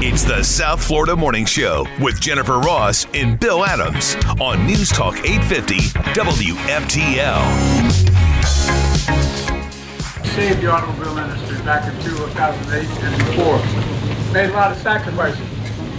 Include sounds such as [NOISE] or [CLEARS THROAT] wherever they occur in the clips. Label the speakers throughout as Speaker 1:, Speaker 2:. Speaker 1: It's the South Florida Morning Show with Jennifer Ross and Bill Adams on News Talk 850 WFTL.
Speaker 2: saved the automobile industry back in 2008 and before. Made a lot of sacrifices,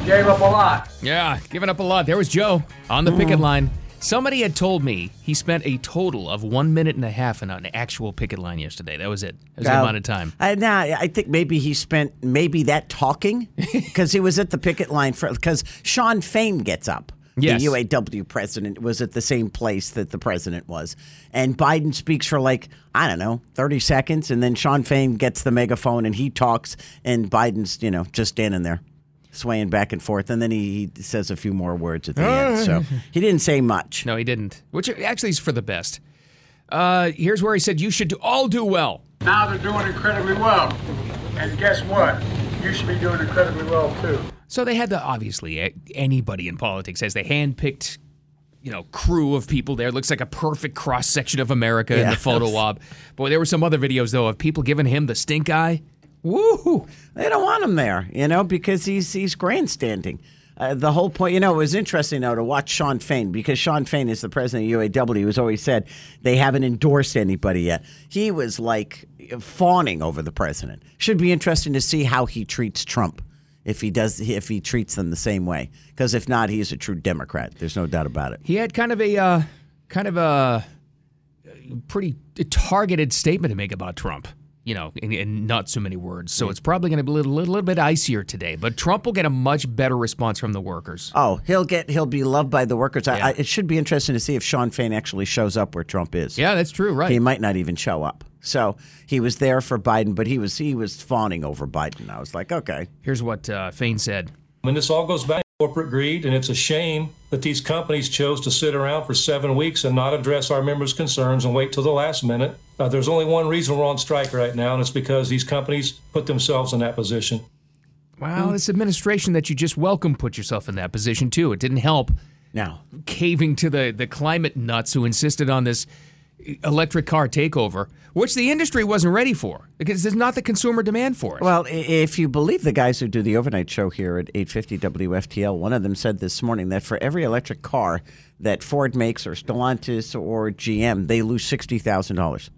Speaker 2: gave up a lot.
Speaker 3: Yeah, giving up a lot. There was Joe on the picket line. Somebody had told me he spent a total of one minute and a half on an actual picket line yesterday. That was it. That was the
Speaker 4: Oh.
Speaker 3: amount of time.
Speaker 4: I, nah, I think maybe he spent maybe that
Speaker 3: [LAUGHS]
Speaker 4: talking because he was at the picket line for because Sean Fain gets up.
Speaker 3: Yes.
Speaker 4: The UAW president was at the same place that the president was. And Biden speaks for like, I don't know, 30 seconds. And then Sean Fain gets the megaphone and he talks. And Biden's, you know, just standing there swaying back and forth. And then he, he says a few more words at the end.
Speaker 3: [LAUGHS]
Speaker 4: So he didn't say much.
Speaker 3: No, he didn't. Which actually is for the best. Uh, here's where he said you should do, all do well.
Speaker 2: Now they're doing incredibly well. And guess what? You should be doing incredibly well too.
Speaker 3: So they had the obviously a- anybody in politics has the handpicked, you know, crew of people there. Looks like a perfect cross section of America in
Speaker 4: Yeah.
Speaker 3: the photo op. Boy, there were some other videos though of people giving him the stink eye. Woo!
Speaker 4: They don't want him there, you know, because he's he's grandstanding. Uh, the whole point, you know, it was interesting though to watch Sean Fain because Sean Fain is the president of UAW, who's always said they haven't endorsed anybody yet. He was like fawning over the president. Should be interesting to see how he treats Trump if he does if he treats them the same way. Because if not, he is a true Democrat. There's no doubt about it.
Speaker 3: He had kind of a uh, kind of a pretty targeted statement to make about Trump. You know, in, in not so many words. So it's probably going to be a little, little, little bit icier today. But Trump will get a much better response from the workers.
Speaker 4: Oh, he'll get he'll be loved by the workers. I,
Speaker 3: Yeah.
Speaker 4: I, it should be interesting to see if Sean Fain actually shows up where Trump is.
Speaker 3: Yeah, that's true. Right.
Speaker 4: He might not even show up. So he was there for Biden, but he was he was fawning over Biden. I was like, okay,
Speaker 3: Here's what uh, Fain said.
Speaker 5: When this all goes back to corporate greed, and it's a shame that these companies chose to sit around for seven weeks and not address our members' concerns and wait till the last minute. Uh, there's only one reason we're on strike right now, and it's because these companies put themselves in that position.
Speaker 3: Wow, this administration that you just welcomed put yourself in that position too. It didn't help
Speaker 4: now
Speaker 3: caving to the the climate nuts who insisted on this electric car takeover, which the industry wasn't ready for because there's not the consumer demand for it.
Speaker 4: Well, i- if you believe the guys who do the overnight show here at 850 WFTL, one of them said this morning that for every electric car that Ford makes or Stellantis or GM, they lose $60,000.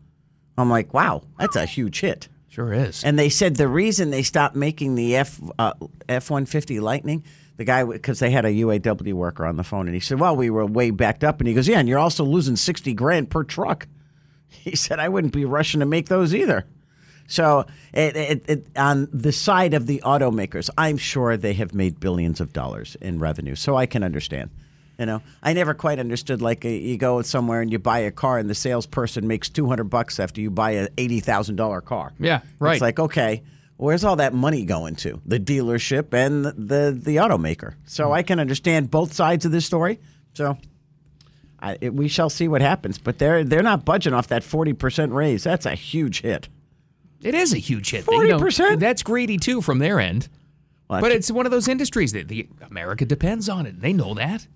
Speaker 4: I'm like, wow, that's a huge hit.
Speaker 3: sure is.
Speaker 4: And they said the reason they stopped making the F uh, F one fifty Lightning, the guy because they had a UAW worker on the phone, and he said, "Well, we were way backed up," and he goes, "Yeah, and you're also losing sixty grand per truck." [LAUGHS] He said, "I wouldn't be rushing to make those either." So, it, it, it, on the side of the automakers, I'm sure they have made billions of dollars in revenue, so I can understand. You know, I never quite understood. Like, uh, you go somewhere and you buy a car, and the salesperson makes two hundred bucks after you buy an eighty thousand dollar car.
Speaker 3: Yeah, right.
Speaker 4: It's like, okay, where's all that money going to? The dealership and the the automaker. So
Speaker 3: Hmm.
Speaker 4: I can understand both sides of this story. So I, it, we shall see what happens. But they're they're not budging off that forty percent raise. That's a huge hit.
Speaker 3: It is a huge hit. You know,
Speaker 4: 40%?
Speaker 3: that's greedy too from their end.
Speaker 4: Well,
Speaker 3: But it's one of those industries that the America depends on it. They know that.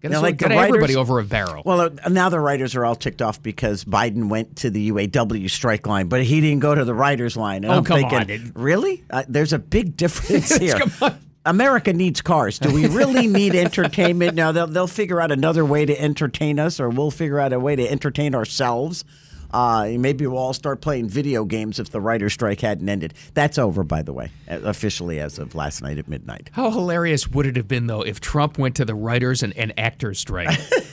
Speaker 3: Gotta,
Speaker 4: Now,
Speaker 3: sort-
Speaker 4: like the
Speaker 3: gotta have everybody
Speaker 4: writers-
Speaker 3: over a barrel.
Speaker 4: Well, uh, now the writers are all ticked off because Biden went to the UAW strike line, but he didn't go to the writers line. And
Speaker 3: Oh,
Speaker 4: I'm
Speaker 3: come
Speaker 4: thinking,
Speaker 3: on, it-
Speaker 4: really? Uh, there's a
Speaker 3: [LAUGHS]
Speaker 4: big difference here.
Speaker 3: Come on.
Speaker 4: America needs cars. Do we really need entertainment? Now they'll they'll figure out another way to entertain us, or we'll figure out a way to entertain ourselves. Uh, maybe we'll all start playing video games if the writer's strike hadn't ended. That's over, by the way, uh, officially as of last night at midnight.
Speaker 3: How hilarious would it have been though if Trump went to the writers and, and actors
Speaker 4: [LAUGHS]
Speaker 3: strike?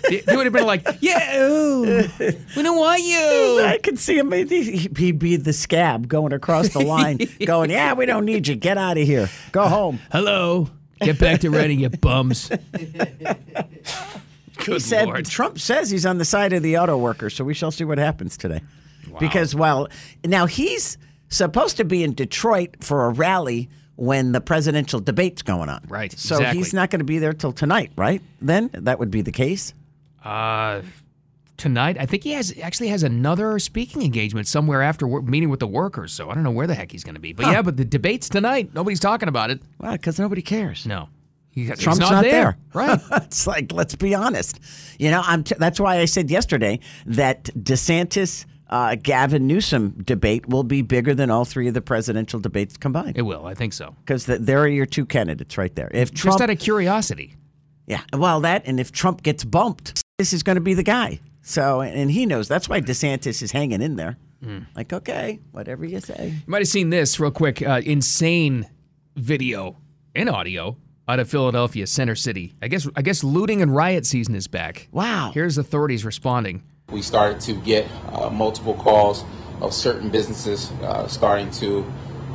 Speaker 3: they, they would have been like, "Yeah, ooh, we don't want you."
Speaker 4: I could see him. he- He'd be the scab going across the
Speaker 3: [LAUGHS]
Speaker 4: line, going, "Yeah, we don't need you. Get out of here. Go home."
Speaker 3: Hello, get back to writing, you bums.
Speaker 4: [LAUGHS] he
Speaker 3: Good
Speaker 4: said
Speaker 3: lord.
Speaker 4: Trump says he's on the side of the auto workers, so we shall see what happens today. Because well, now he's supposed to be in Detroit for a rally when the presidential debate's going on.
Speaker 3: Right,
Speaker 4: So
Speaker 3: exactly.
Speaker 4: he's not going to be there till tonight, right? Then that would be the case.
Speaker 3: Uh, tonight, I think he has actually has another speaking engagement somewhere after wor- meeting with the workers. So I don't know where the heck he's going to be. But yeah, but the debate's tonight. Nobody's talking about it.
Speaker 4: Wow, because nobody cares.
Speaker 3: No, He- he's
Speaker 4: Trump's not, there. [LAUGHS]
Speaker 3: Right.
Speaker 4: it's like let's be honest. You know, I'm. T- that's why I said yesterday that DeSantis. uh, Gavin Newsom debate will be bigger than all three of the presidential debates combined.
Speaker 3: It will. I think so.
Speaker 4: Because th there are your two candidates right there. If Trump,
Speaker 3: Just out of curiosity.
Speaker 4: yeah, well, that and if Trump gets bumped, this is going to be the guy. So, and he knows that's why DeSantis is hanging in there.
Speaker 3: Hmm.
Speaker 4: Like, okay, whatever you say.
Speaker 3: You might have seen this real quick. Uh, insane video and audio out of Philadelphia Center City. I guess I guess looting and riot season is back.
Speaker 4: Wow.
Speaker 3: Here's authorities responding.
Speaker 6: we started to get uh, multiple calls of certain businesses uh, starting to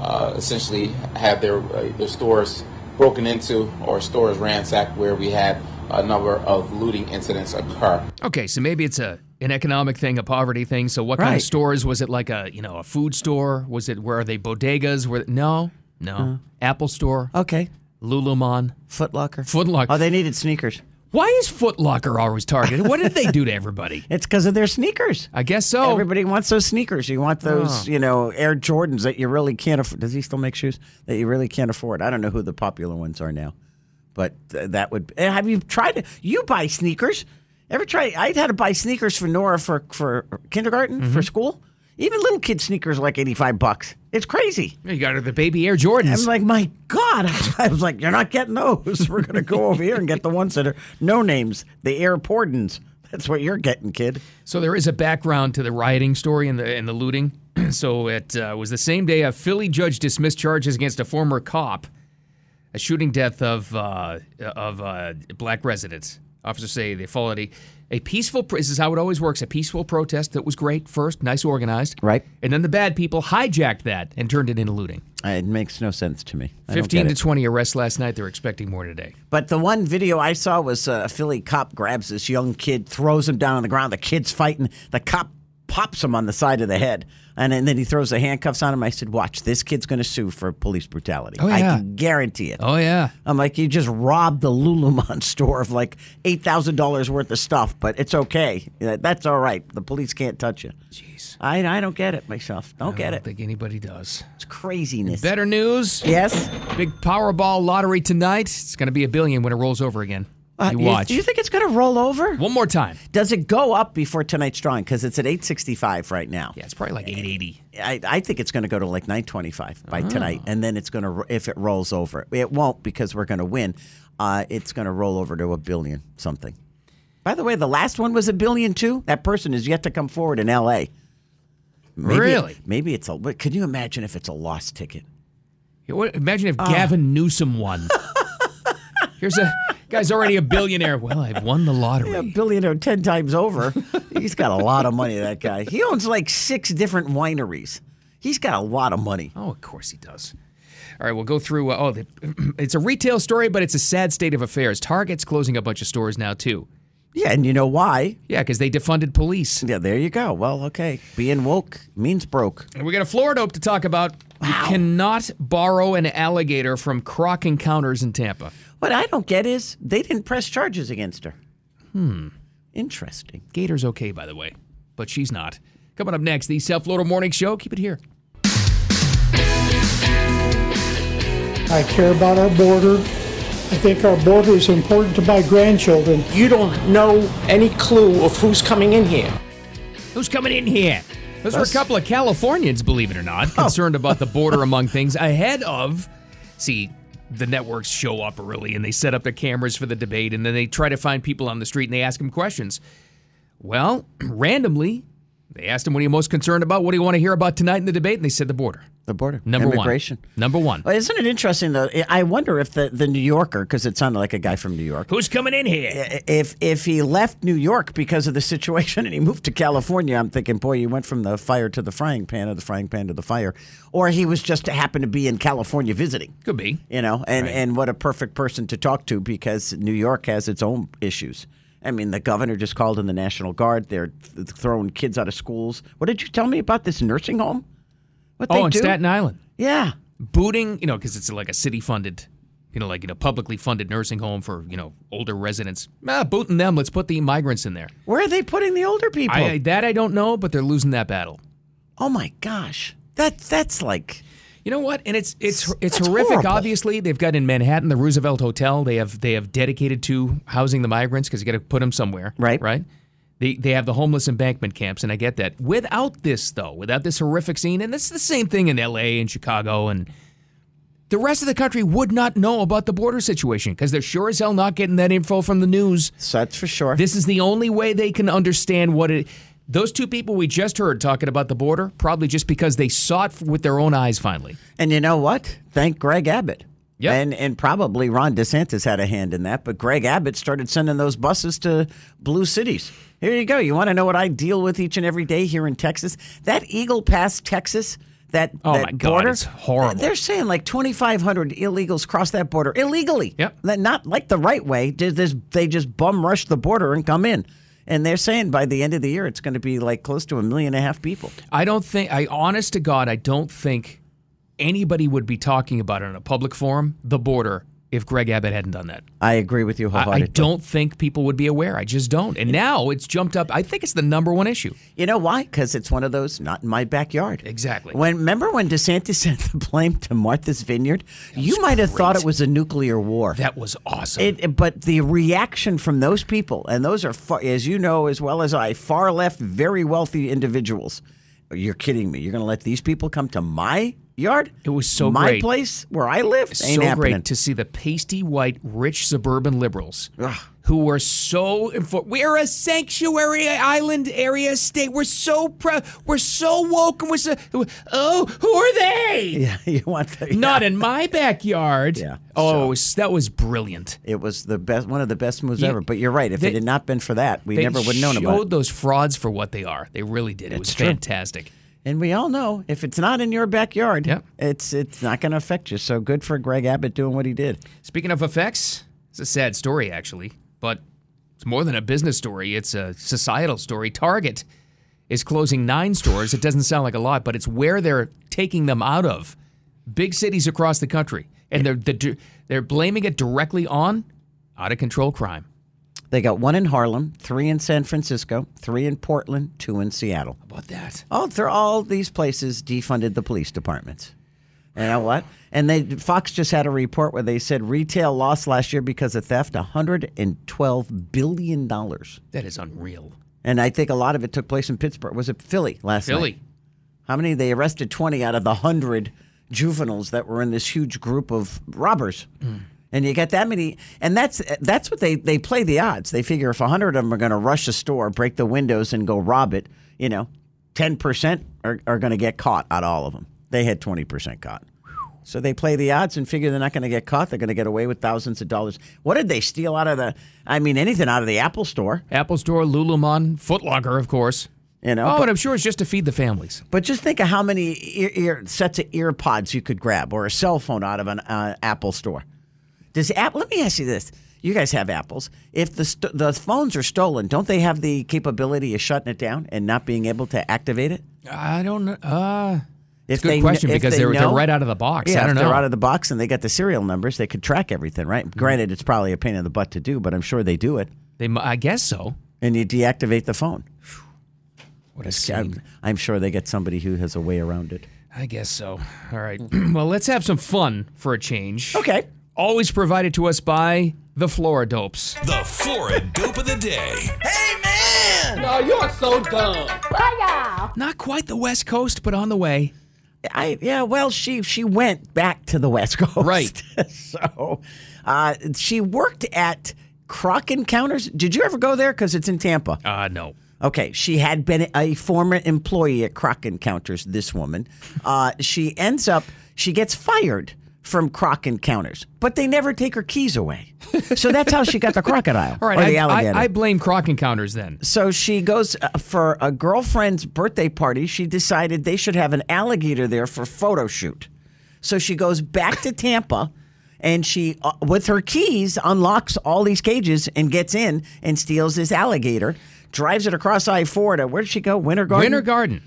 Speaker 6: uh, essentially have their uh, their stores broken into or stores ransacked, where we had a number of looting incidents occur.
Speaker 3: Okay, so maybe it's a an economic thing, a poverty thing. So what kind
Speaker 4: Right.
Speaker 3: of stores was it? Like a you know a food store? Was it where are they bodegas? Were no no
Speaker 4: Uh-huh.
Speaker 3: Apple store,
Speaker 4: Okay,
Speaker 3: Lululemon,
Speaker 4: Foot Locker.
Speaker 3: Foot Locker.
Speaker 4: Oh, they needed sneakers.
Speaker 3: Why is Foot Locker always targeted? What did they do to
Speaker 4: [LAUGHS]
Speaker 3: everybody?
Speaker 4: It's because of their sneakers.
Speaker 3: I guess so.
Speaker 4: Everybody wants those sneakers. You want those, you know, Air Jordans that you really can't afford. Does he still make shoes that you really can't afford? I don't know who the popular ones are now, but th- that would. eh, Have you tried to? You buy sneakers. Ever try? I had to buy sneakers for Nora for for kindergarten for school. Even little kid sneakers are like eighty five bucks. It's crazy.
Speaker 3: you got her the baby Air Jordans.
Speaker 4: I'm like, my God. [LAUGHS] I was like, you're not getting those. We're going to go over here and get the ones that are no names, the Air Pordons. That's what you're getting, kid.
Speaker 3: So there is a background to the rioting story and the and the looting. [CLEARS THROAT] so it uh, was the same day a Philly judge dismissed charges against a former cop, a shooting death of uh, of uh, black residents. Officers say the felony. A peaceful, pr- this is how it always works, a peaceful protest that was great first, nice organized.
Speaker 4: Right.
Speaker 3: And then the bad people hijacked that and turned it into looting.
Speaker 4: It makes no sense to me. I don't
Speaker 3: 15
Speaker 4: get
Speaker 3: to
Speaker 4: it.
Speaker 3: 20 arrests last night. They're expecting more today.
Speaker 4: But the one video I saw was uh, a Philly cop grabs this young kid, throws him down on the ground. The kid's fighting. The cop pops him on the side of the head. And, then- then he throws the handcuffs on him. I said, Watch, this kid's going to sue for police brutality.
Speaker 3: Oh,
Speaker 4: I
Speaker 3: yeah.
Speaker 4: can guarantee it.
Speaker 3: Oh, yeah.
Speaker 4: I'm like, you just robbed the Lululemon [LAUGHS] store of like eight thousand dollars worth of stuff, but it's okay. Yeah, That's all right. The police can't touch you.
Speaker 3: Jeez.
Speaker 4: I, I don't get it myself. Don't
Speaker 3: I
Speaker 4: get
Speaker 3: don't
Speaker 4: it.
Speaker 3: think anybody does.
Speaker 4: It's craziness.
Speaker 3: Better news.
Speaker 4: Yes.
Speaker 3: Big Powerball lottery tonight. It's going to be a billion when it rolls over again.
Speaker 4: Uh,
Speaker 3: you watch.
Speaker 4: Do you think it's going to roll over?
Speaker 3: One more time.
Speaker 4: Does it go up before tonight's drawing? Because it's at eight sixty-five right now.
Speaker 3: Yeah, it's probably like 880.
Speaker 4: I, I think it's going to go to like 925 by tonight
Speaker 3: Oh.
Speaker 4: and then it's going to if it rolls over it won't because we're going to win uh, it's going to roll over to a billion something by the way the last one was a billion too that person is yet to come forward in la maybe,
Speaker 3: Really?
Speaker 4: maybe it's a but can you imagine if it's a lost ticket
Speaker 3: Yeah, what- Imagine if
Speaker 4: Oh.
Speaker 3: Gavin Newsom
Speaker 4: [LAUGHS]
Speaker 3: won. Here's a guy's already a billionaire. Well, I've won the lottery.
Speaker 4: a billionaire 10
Speaker 3: [LAUGHS]
Speaker 4: times over he's got a lot of money that guy he owns like six different wineries he's got a lot of money
Speaker 3: Oh, of course he does. All right, we'll go through. Uh, oh, the, [CLEARS THROAT] it's a retail story, but it's a sad state of affairs. Target's closing a bunch of stores now too.
Speaker 4: yeah and you know why
Speaker 3: Yeah, because they defunded police.
Speaker 4: yeah there you go well okay being woke means broke
Speaker 3: And we got a Florida hope to talk about. You cannot borrow an alligator from Croc Encounters in Tampa.
Speaker 4: What I don't get is they didn't press charges against her. Hmm. Interesting.
Speaker 3: Gator's okay, by the way, but she's not. Coming up next, the South Florida Morning Show. Keep it here.
Speaker 7: I care about our border. I think our border is important to my grandchildren.
Speaker 8: You don't know any clue of who's coming in here.
Speaker 3: Who's coming in here? Those are a couple of Californians, believe it or not,
Speaker 4: Oh.
Speaker 3: concerned about the
Speaker 4: [LAUGHS]
Speaker 3: border among things ahead of. See, the networks show up early and they set up their cameras for the debate, and then they try to find people on the street and they ask them questions. Well, [CLEARS THROAT] randomly, they asked him, "What are you most concerned about? What do you want to hear about tonight in the debate?" And they said the border.
Speaker 4: The border.
Speaker 3: Number
Speaker 4: Immigration.
Speaker 3: one. Number one.
Speaker 4: Well, isn't it interesting though? I- I wonder if the, the New Yorker, because it sounded like a guy from New York,
Speaker 3: Who's coming in here?
Speaker 4: i- if if he left New York because of the situation [LAUGHS] and he moved to California, I'm thinking, boy, you went from the fire to the frying pan, or the frying pan to the fire, or he was just to happen to be in California visiting.
Speaker 3: Could be.
Speaker 4: you know and and what a perfect person to talk to because new york has its own issues i mean the governor just called in the national guard they're th- throwing kids out of schools what did you tell me about this nursing home what
Speaker 3: Oh,
Speaker 4: they
Speaker 3: in
Speaker 4: do
Speaker 3: Staten Island.
Speaker 4: yeah
Speaker 3: booting, you know, because it's like a city funded, you know, like, you know, publicly funded nursing home for, you know, older residents. Ah, booting them. Let's put the migrants in there.
Speaker 4: where are they putting the older people
Speaker 3: I, I- that I don't know, but they're losing that battle.
Speaker 4: oh my gosh that that's like
Speaker 3: You know what? And it's it's it's
Speaker 4: That's
Speaker 3: horrific.
Speaker 4: horrible.
Speaker 3: Obviously, they've got in Manhattan the Roosevelt Hotel. They have they have dedicated to housing the migrants because you got to put them somewhere.
Speaker 4: Right.
Speaker 3: Right. They, they have the homeless embankment camps, and I get that. Without this, though, without this horrific scene, and this is the same thing in LA and Chicago, and the rest of the country would not know about the border situation because they're sure as hell not getting that info from the news.
Speaker 4: So that's for sure.
Speaker 3: This is the only way they can understand what it. Those two people we just heard talking about the border, probably just because they saw it with their own eyes finally.
Speaker 4: And you know what? Thank Greg Abbott.
Speaker 3: Yep.
Speaker 4: And and probably Ron DeSantis had a hand in that, but Greg Abbott started sending those buses to blue cities. Here you go. You want to know what I deal with each and every day here in Texas? That Eagle Pass, Texas, that,
Speaker 3: Oh
Speaker 4: that
Speaker 3: my God,
Speaker 4: border,
Speaker 3: it's horrible.
Speaker 4: They're saying like 2,500 illegals cross that border illegally.
Speaker 3: Yep.
Speaker 4: That- Not like the right way. They just, they just bum rush the border and come in. And they're saying by the end of the year, it's going to be like close to a million and a half people.
Speaker 3: I don't think I honest to God, I don't think anybody would be talking about it in a public forum, the border, if Greg Abbott hadn't done that.
Speaker 4: I agree with you
Speaker 3: I, I
Speaker 4: wholeheartedly.
Speaker 3: don't think people would be aware. I just don't. And now it's jumped up. I think it's the number one issue.
Speaker 4: You know why? Because it's one of those not in my backyard.
Speaker 3: Exactly.
Speaker 4: When remember when DeSantis [LAUGHS] sent the blame to Martha's Vineyard, you might have thought
Speaker 3: great.
Speaker 4: it was a nuclear war.
Speaker 3: That was awesome.
Speaker 4: It, it- but the reaction from those people, and those are, far, as you know as well as I, far left, very wealthy individuals. You're kidding me. You're going to let these people come to my yard?
Speaker 3: It was so
Speaker 4: my
Speaker 3: great.
Speaker 4: place where I live.
Speaker 3: It's
Speaker 4: Ain't
Speaker 3: so
Speaker 4: happening.
Speaker 3: great to see the pasty white rich suburban liberals who were so infor- we're a sanctuary island area state we're so proud we're so woke and we're so oh who are they
Speaker 4: [LAUGHS] [LAUGHS] yeah, you want the,
Speaker 3: not in my backyard
Speaker 4: Yeah,
Speaker 3: oh it was- that was brilliant
Speaker 4: It was the best, one of the best moves
Speaker 3: You-
Speaker 4: ever. But you're right. If
Speaker 3: they-
Speaker 4: it had not been for that, we
Speaker 3: they
Speaker 4: never would have known about it.
Speaker 3: showed those frauds for what they are they really did it was
Speaker 4: true.
Speaker 3: fantastic
Speaker 4: And we all know if it's not in your backyard,
Speaker 3: Yep.
Speaker 4: it's it's not going to affect you. So good for Greg Abbott doing what he did.
Speaker 3: Speaking of effects, it's a sad story, actually, but it's more than a business story, it's a societal story. Target is closing nine stores. It doesn't sound like a lot, but it's where they're taking them out of big cities across the country. And they're, they're, they're blaming it directly on out of control crime.
Speaker 4: They got one in Harlem, three in San Francisco, three in Portland, two in Seattle.
Speaker 3: How about that?
Speaker 4: All through all these places defunded the police departments. You know what? And they Fox just had a report where they said retail loss last year because of theft, 112 billion dollars.
Speaker 3: That is unreal.
Speaker 4: And I think a lot of it took place in Pittsburgh. Was it Philly last night?
Speaker 3: Philly.
Speaker 4: How many? They arrested 20 out of the 100 juveniles that were in this huge group of robbers. And you get that many, and that's that's what they they play the odds. They figure if 100 of them are going to rush a store, break the windows, and go rob it, you know, 10% are, are going to get caught out of all of them. They had 20% caught. So they play the odds and figure they're not going to get caught. They're going to get away with thousands of dollars. What did they steal out of the, I mean, anything out of the Apple store?
Speaker 3: Apple Store, Lululemon, Foot Locker, of course.
Speaker 4: You know,
Speaker 3: oh,
Speaker 4: but-
Speaker 3: and I'm sure it's just to feed the families.
Speaker 4: But just think of how many ear, ear, sets of ear pods you could grab or a cell phone out of an uh, Apple store. Does Apple, let me ask you this. You guys have Apples. If the, st- the phones are stolen, don't they have the capability of shutting it down and not being able to activate it?
Speaker 3: I don't know. Uh,
Speaker 4: If
Speaker 3: good
Speaker 4: kn-
Speaker 3: question
Speaker 4: if
Speaker 3: because they're- they're
Speaker 4: know-
Speaker 3: right out of the box.
Speaker 4: Yeah,
Speaker 3: I don't
Speaker 4: if they're
Speaker 3: know. Mm-hmm.
Speaker 4: out of the box and they got the serial numbers, they could track everything, right? Granted, it's probably a pain in the butt to do, but I'm sure they do it.
Speaker 3: they, mu- I guess so.
Speaker 4: And you deactivate the phone.
Speaker 3: What a scene.
Speaker 4: I'm, I'm sure they get somebody who has a way around it.
Speaker 3: I guess so. All right. [CLEARS THROAT] well, let's have some fun for a change.
Speaker 4: Okay.
Speaker 3: Always provided to us by the Floridopes.
Speaker 1: The Florida Dope of the Day.
Speaker 3: Not quite the West Coast, but on the way.
Speaker 4: I yeah, well, she she went back to the West Coast,
Speaker 3: Right.
Speaker 4: [LAUGHS] so uh, she worked at Croc Encounters. Did you ever go there? Because it's in Tampa.
Speaker 3: Uh, no.
Speaker 4: Okay, she had been a former employee at Croc Encounters. This woman,
Speaker 3: [LAUGHS]
Speaker 4: uh, she ends up she gets fired from Croc Encounters, but they never take her keys away. So that's how she got the crocodile
Speaker 3: [LAUGHS] All right.
Speaker 4: or
Speaker 3: I,
Speaker 4: the
Speaker 3: I-
Speaker 4: alligator.
Speaker 3: I, blame Croc Encounters then.
Speaker 4: So she goes uh, for a girlfriend's birthday party. She decided they should have an alligator there for photo shoot. So she goes back to Tampa and she, uh, with her keys, unlocks all these cages and gets in and steals this alligator, drives it across I 4 to where did she go? Winter Garden?
Speaker 3: Winter Garden.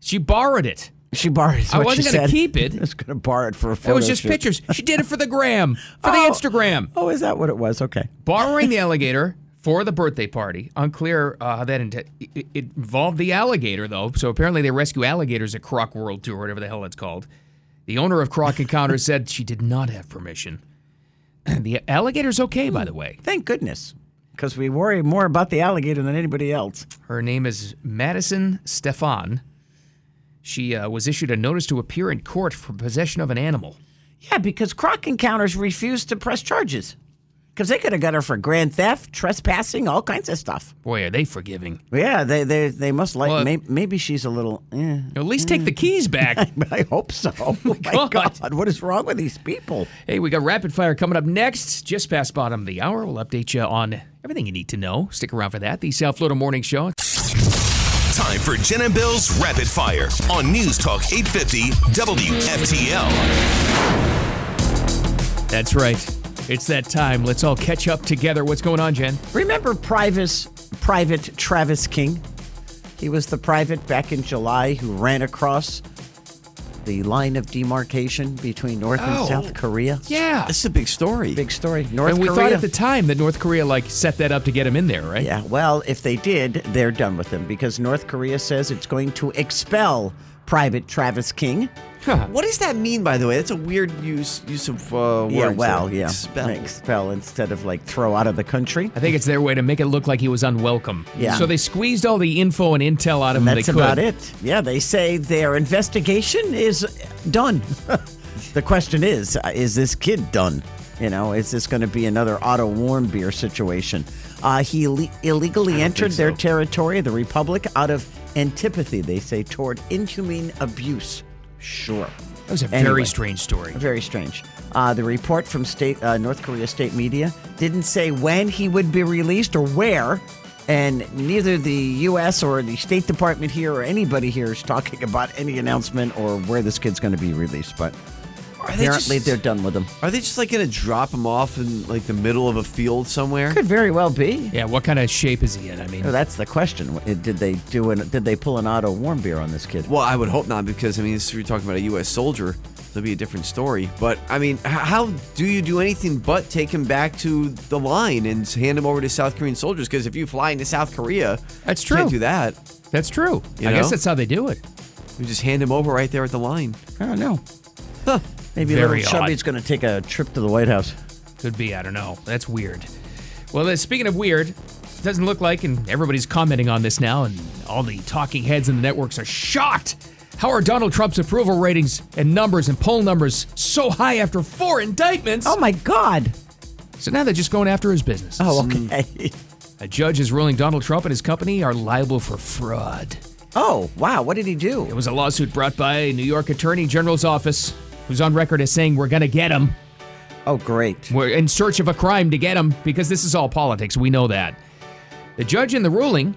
Speaker 3: She borrowed it.
Speaker 4: She borrowed
Speaker 3: I wasn't
Speaker 4: going
Speaker 3: gonna
Speaker 4: to
Speaker 3: keep
Speaker 4: [LAUGHS]
Speaker 3: it.
Speaker 4: I was going to borrow it for a
Speaker 3: It
Speaker 4: photo
Speaker 3: was just
Speaker 4: shoot.
Speaker 3: pictures. She did it for the [LAUGHS] gram, for
Speaker 4: Oh.
Speaker 3: the Instagram.
Speaker 4: Oh, is that what it was? Okay.
Speaker 3: Borrowing the alligator for the birthday party. Unclear uh, how that inte- it, it involved the alligator, though. So apparently they rescue alligators at Croc World Tour, whatever the hell it's called. The owner of Croc Encounters [CLEARS THROAT] said she did not have permission. The alligator's okay, by the way.
Speaker 4: Thank goodness. because we worry more about the alligator than anybody else.
Speaker 3: Her name is Madison Stefan. She uh, was issued a notice to appear in court for possession of an animal.
Speaker 4: Yeah, because Croc Encounters refused to press charges because they could have got her for grand theft, trespassing, all kinds of stuff.
Speaker 3: Boy, are they forgiving.
Speaker 4: Yeah, they they, they must like.
Speaker 3: Well,
Speaker 4: may, maybe she's a little. Eh.
Speaker 3: At least take the keys back.
Speaker 4: But [LAUGHS] I
Speaker 3: [LAUGHS]
Speaker 4: hope so. Oh my
Speaker 3: God.
Speaker 4: God. what is wrong with these people?
Speaker 3: hey, we got rapid fire coming up next, just past bottom of the hour. We'll update you on everything you need to know. Stick around for that. The South Florida Morning Show.
Speaker 1: Time for Jen and Bill's Rapid Fire on News Talk 850 WFTL.
Speaker 3: That's right. It's that time. Let's all catch up together. What's going on, Jen?
Speaker 4: Remember Privis, Private Travis King? He was the private back in July who ran across the line of demarcation between North
Speaker 3: Oh.
Speaker 4: and South Korea.
Speaker 3: Yeah.
Speaker 9: This is a big story.
Speaker 4: Big story. North
Speaker 3: And we
Speaker 4: Korea.
Speaker 3: thought at the time that North Korea like set that up to get him in there, right?
Speaker 4: yeah, well, if they did, they're done with him because North Korea says it's going to expel Private Travis King.
Speaker 9: What does that mean, by the way? That's a weird use use of uh, words.
Speaker 4: yeah, well,
Speaker 9: there.
Speaker 4: yeah.
Speaker 9: Expel.
Speaker 4: Expel instead of like throw out of the country.
Speaker 3: I think it's their way to make it look like he was unwelcome.
Speaker 4: Yeah.
Speaker 3: So they squeezed all the info and intel out of him
Speaker 4: That's
Speaker 3: they could.
Speaker 4: about it. Yeah, they say their investigation is done. [LAUGHS] the question is, uh, is this kid done? You know, is this going to be another Otto Warmbier situation? Uh, he le- illegally entered their territory, the Republic, out of antipathy, they say, toward inhumane abuse. Sure.
Speaker 3: That was a very
Speaker 4: Anyway.
Speaker 3: strange story.
Speaker 4: Very strange. Uh, the report from state uh, North Korea state media didn't say when he would be released or where, and neither the U.S. or the State Department here or anybody here is talking [LAUGHS] about any announcement or where this kid's going to be released. But
Speaker 9: Are they
Speaker 4: apparently,
Speaker 9: just,
Speaker 4: they're done with him.
Speaker 9: Are they just like gonna drop him off in like the middle of a field somewhere?
Speaker 4: Could very well be.
Speaker 3: Yeah, what kind of shape is he in? I mean,
Speaker 4: Well, that's the question. Uh, Did they do an? Did they pull an auto warm beer on this kid?
Speaker 9: Well, I would hope not because I mean, if you're talking about a U.S. soldier, it'll be a different story. But I mean, h- how do you do anything but take him back to the line and hand him over to South Korean soldiers? Because if you fly into South Korea,
Speaker 3: That's
Speaker 9: you Can't
Speaker 3: true.
Speaker 9: do that.
Speaker 3: that's true.
Speaker 9: You
Speaker 3: I guess
Speaker 9: know?
Speaker 3: that's how they do it.
Speaker 9: You just hand him over right there at the line.
Speaker 4: I don't know.
Speaker 9: Huh.
Speaker 4: Maybe
Speaker 3: Very
Speaker 4: little Chubby's
Speaker 3: odd.
Speaker 4: going to take a trip to the White House.
Speaker 3: Could be. I don't know. That's weird. Well, uh, speaking of weird, doesn't look like, and everybody's commenting on this now, and all the talking heads and the networks are shocked. How are Donald Trump's approval ratings and numbers and poll numbers so high after four indictments?
Speaker 4: Oh my God!
Speaker 3: So now they're just going after his business.
Speaker 4: Oh okay.
Speaker 3: A judge is ruling Donald Trump and his company are liable for fraud.
Speaker 4: Oh wow! What did he do?
Speaker 3: It was a lawsuit brought by a New York Attorney General's office, who's on record as saying, We're going to get him.
Speaker 4: Oh great.
Speaker 3: We're in search of a crime to get him because this is all politics. We know that. The judge in the ruling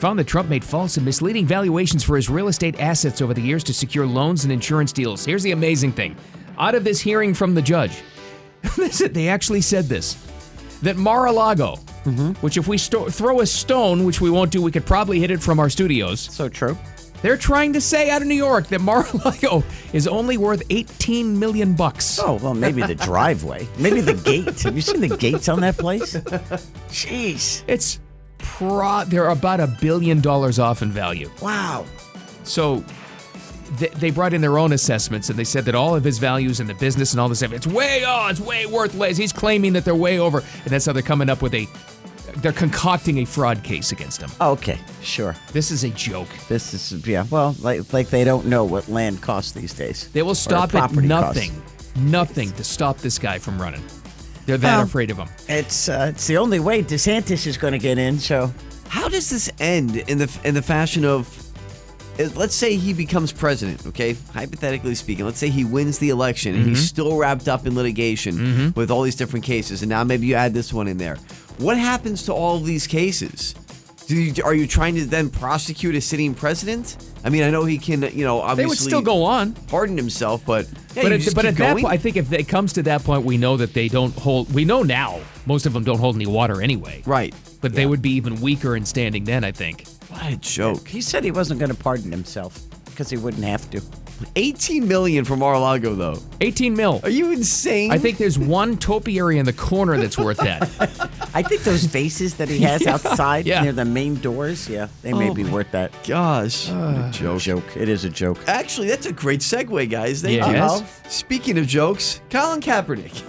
Speaker 3: found that Trump made false and misleading valuations for his real estate assets over the years to secure loans and insurance deals. Here's the amazing thing out of this hearing from the judge, [LAUGHS] this- they actually said this that Mar a Lago, which if we sto- throw a stone, which we won't do, we could probably hit it from our studios.
Speaker 4: So true.
Speaker 3: They're trying to say out of New York that Mar-a-Lago [LAUGHS] is only worth 18 million bucks.
Speaker 4: Oh, well, maybe the driveway. Maybe the gate. Have you seen the gates on that place? Jeez.
Speaker 3: It's pro they're about a billion dollars off in value.
Speaker 4: Wow.
Speaker 3: So th- they brought in their own assessments and they said that all of his values and the business and all this stuff it's way oh, it's way worth less. He's claiming that they're way over and that's how they're coming up with a they're concocting a fraud case against him.
Speaker 4: Okay, sure.
Speaker 3: This is a joke.
Speaker 4: This is, yeah, well, like, like they don't know what land costs these days.
Speaker 3: They
Speaker 4: Or
Speaker 3: will stop at
Speaker 4: property costs.
Speaker 3: nothing. Nothing to stop this guy from running. They're that
Speaker 4: Well,
Speaker 3: afraid of him.
Speaker 4: It's, uh, it's the only way DeSantis is going to get in, so.
Speaker 9: How does this end in the in the fashion of eh, let's say he becomes president, okay? Hypothetically speaking, let's say he wins the election and
Speaker 3: Mm-hmm.
Speaker 9: he's still wrapped up in litigation with all these different cases and now maybe you add this one in there. What happens to all of these cases? Do you, are you trying to then prosecute a sitting president? I mean, I know he can, you know, obviously
Speaker 3: They would still go on.
Speaker 9: pardon himself, but
Speaker 3: but
Speaker 9: yeah, you
Speaker 3: at,
Speaker 9: just
Speaker 3: but
Speaker 9: keep
Speaker 3: at that
Speaker 9: going?
Speaker 3: point, I think if it comes to that point, we know that they don't hold. We know now most of them don't hold any water anyway.
Speaker 9: right.
Speaker 3: But they would be even weaker in standing then. I think.
Speaker 9: What
Speaker 3: [LAUGHS]
Speaker 9: a joke.
Speaker 4: He said he wasn't going to pardon himself because he wouldn't have to.
Speaker 9: 18 million for Mar-a-Lago though.
Speaker 3: 18 mil.
Speaker 9: Are you insane?
Speaker 3: I think there's one topiary in the corner that's
Speaker 4: [LAUGHS]
Speaker 3: worth that.
Speaker 4: Oh, I think those vases that he has
Speaker 3: [LAUGHS]
Speaker 4: outside
Speaker 3: yeah.
Speaker 4: near the main doors, yeah, they may
Speaker 9: Oh
Speaker 4: be
Speaker 9: my
Speaker 4: worth that.
Speaker 9: gosh. what a joke.
Speaker 4: Joke. It is a joke.
Speaker 9: Actually, that's a great segue, guys. Thank you.
Speaker 3: Yes.
Speaker 9: Speaking of jokes, Colin Kaepernick.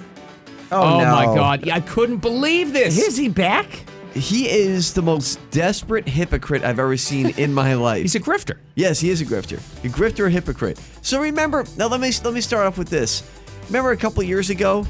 Speaker 4: Oh,
Speaker 3: my
Speaker 4: no.
Speaker 3: God! Yeah, I couldn't believe this.
Speaker 4: Is he back?
Speaker 9: He is the most desperate hypocrite I've ever seen in my life.
Speaker 3: He's a grifter.
Speaker 9: Yes, he is a grifter. A grifter, a hypocrite. So remember, now let me let me start off with this. Remember a couple years ago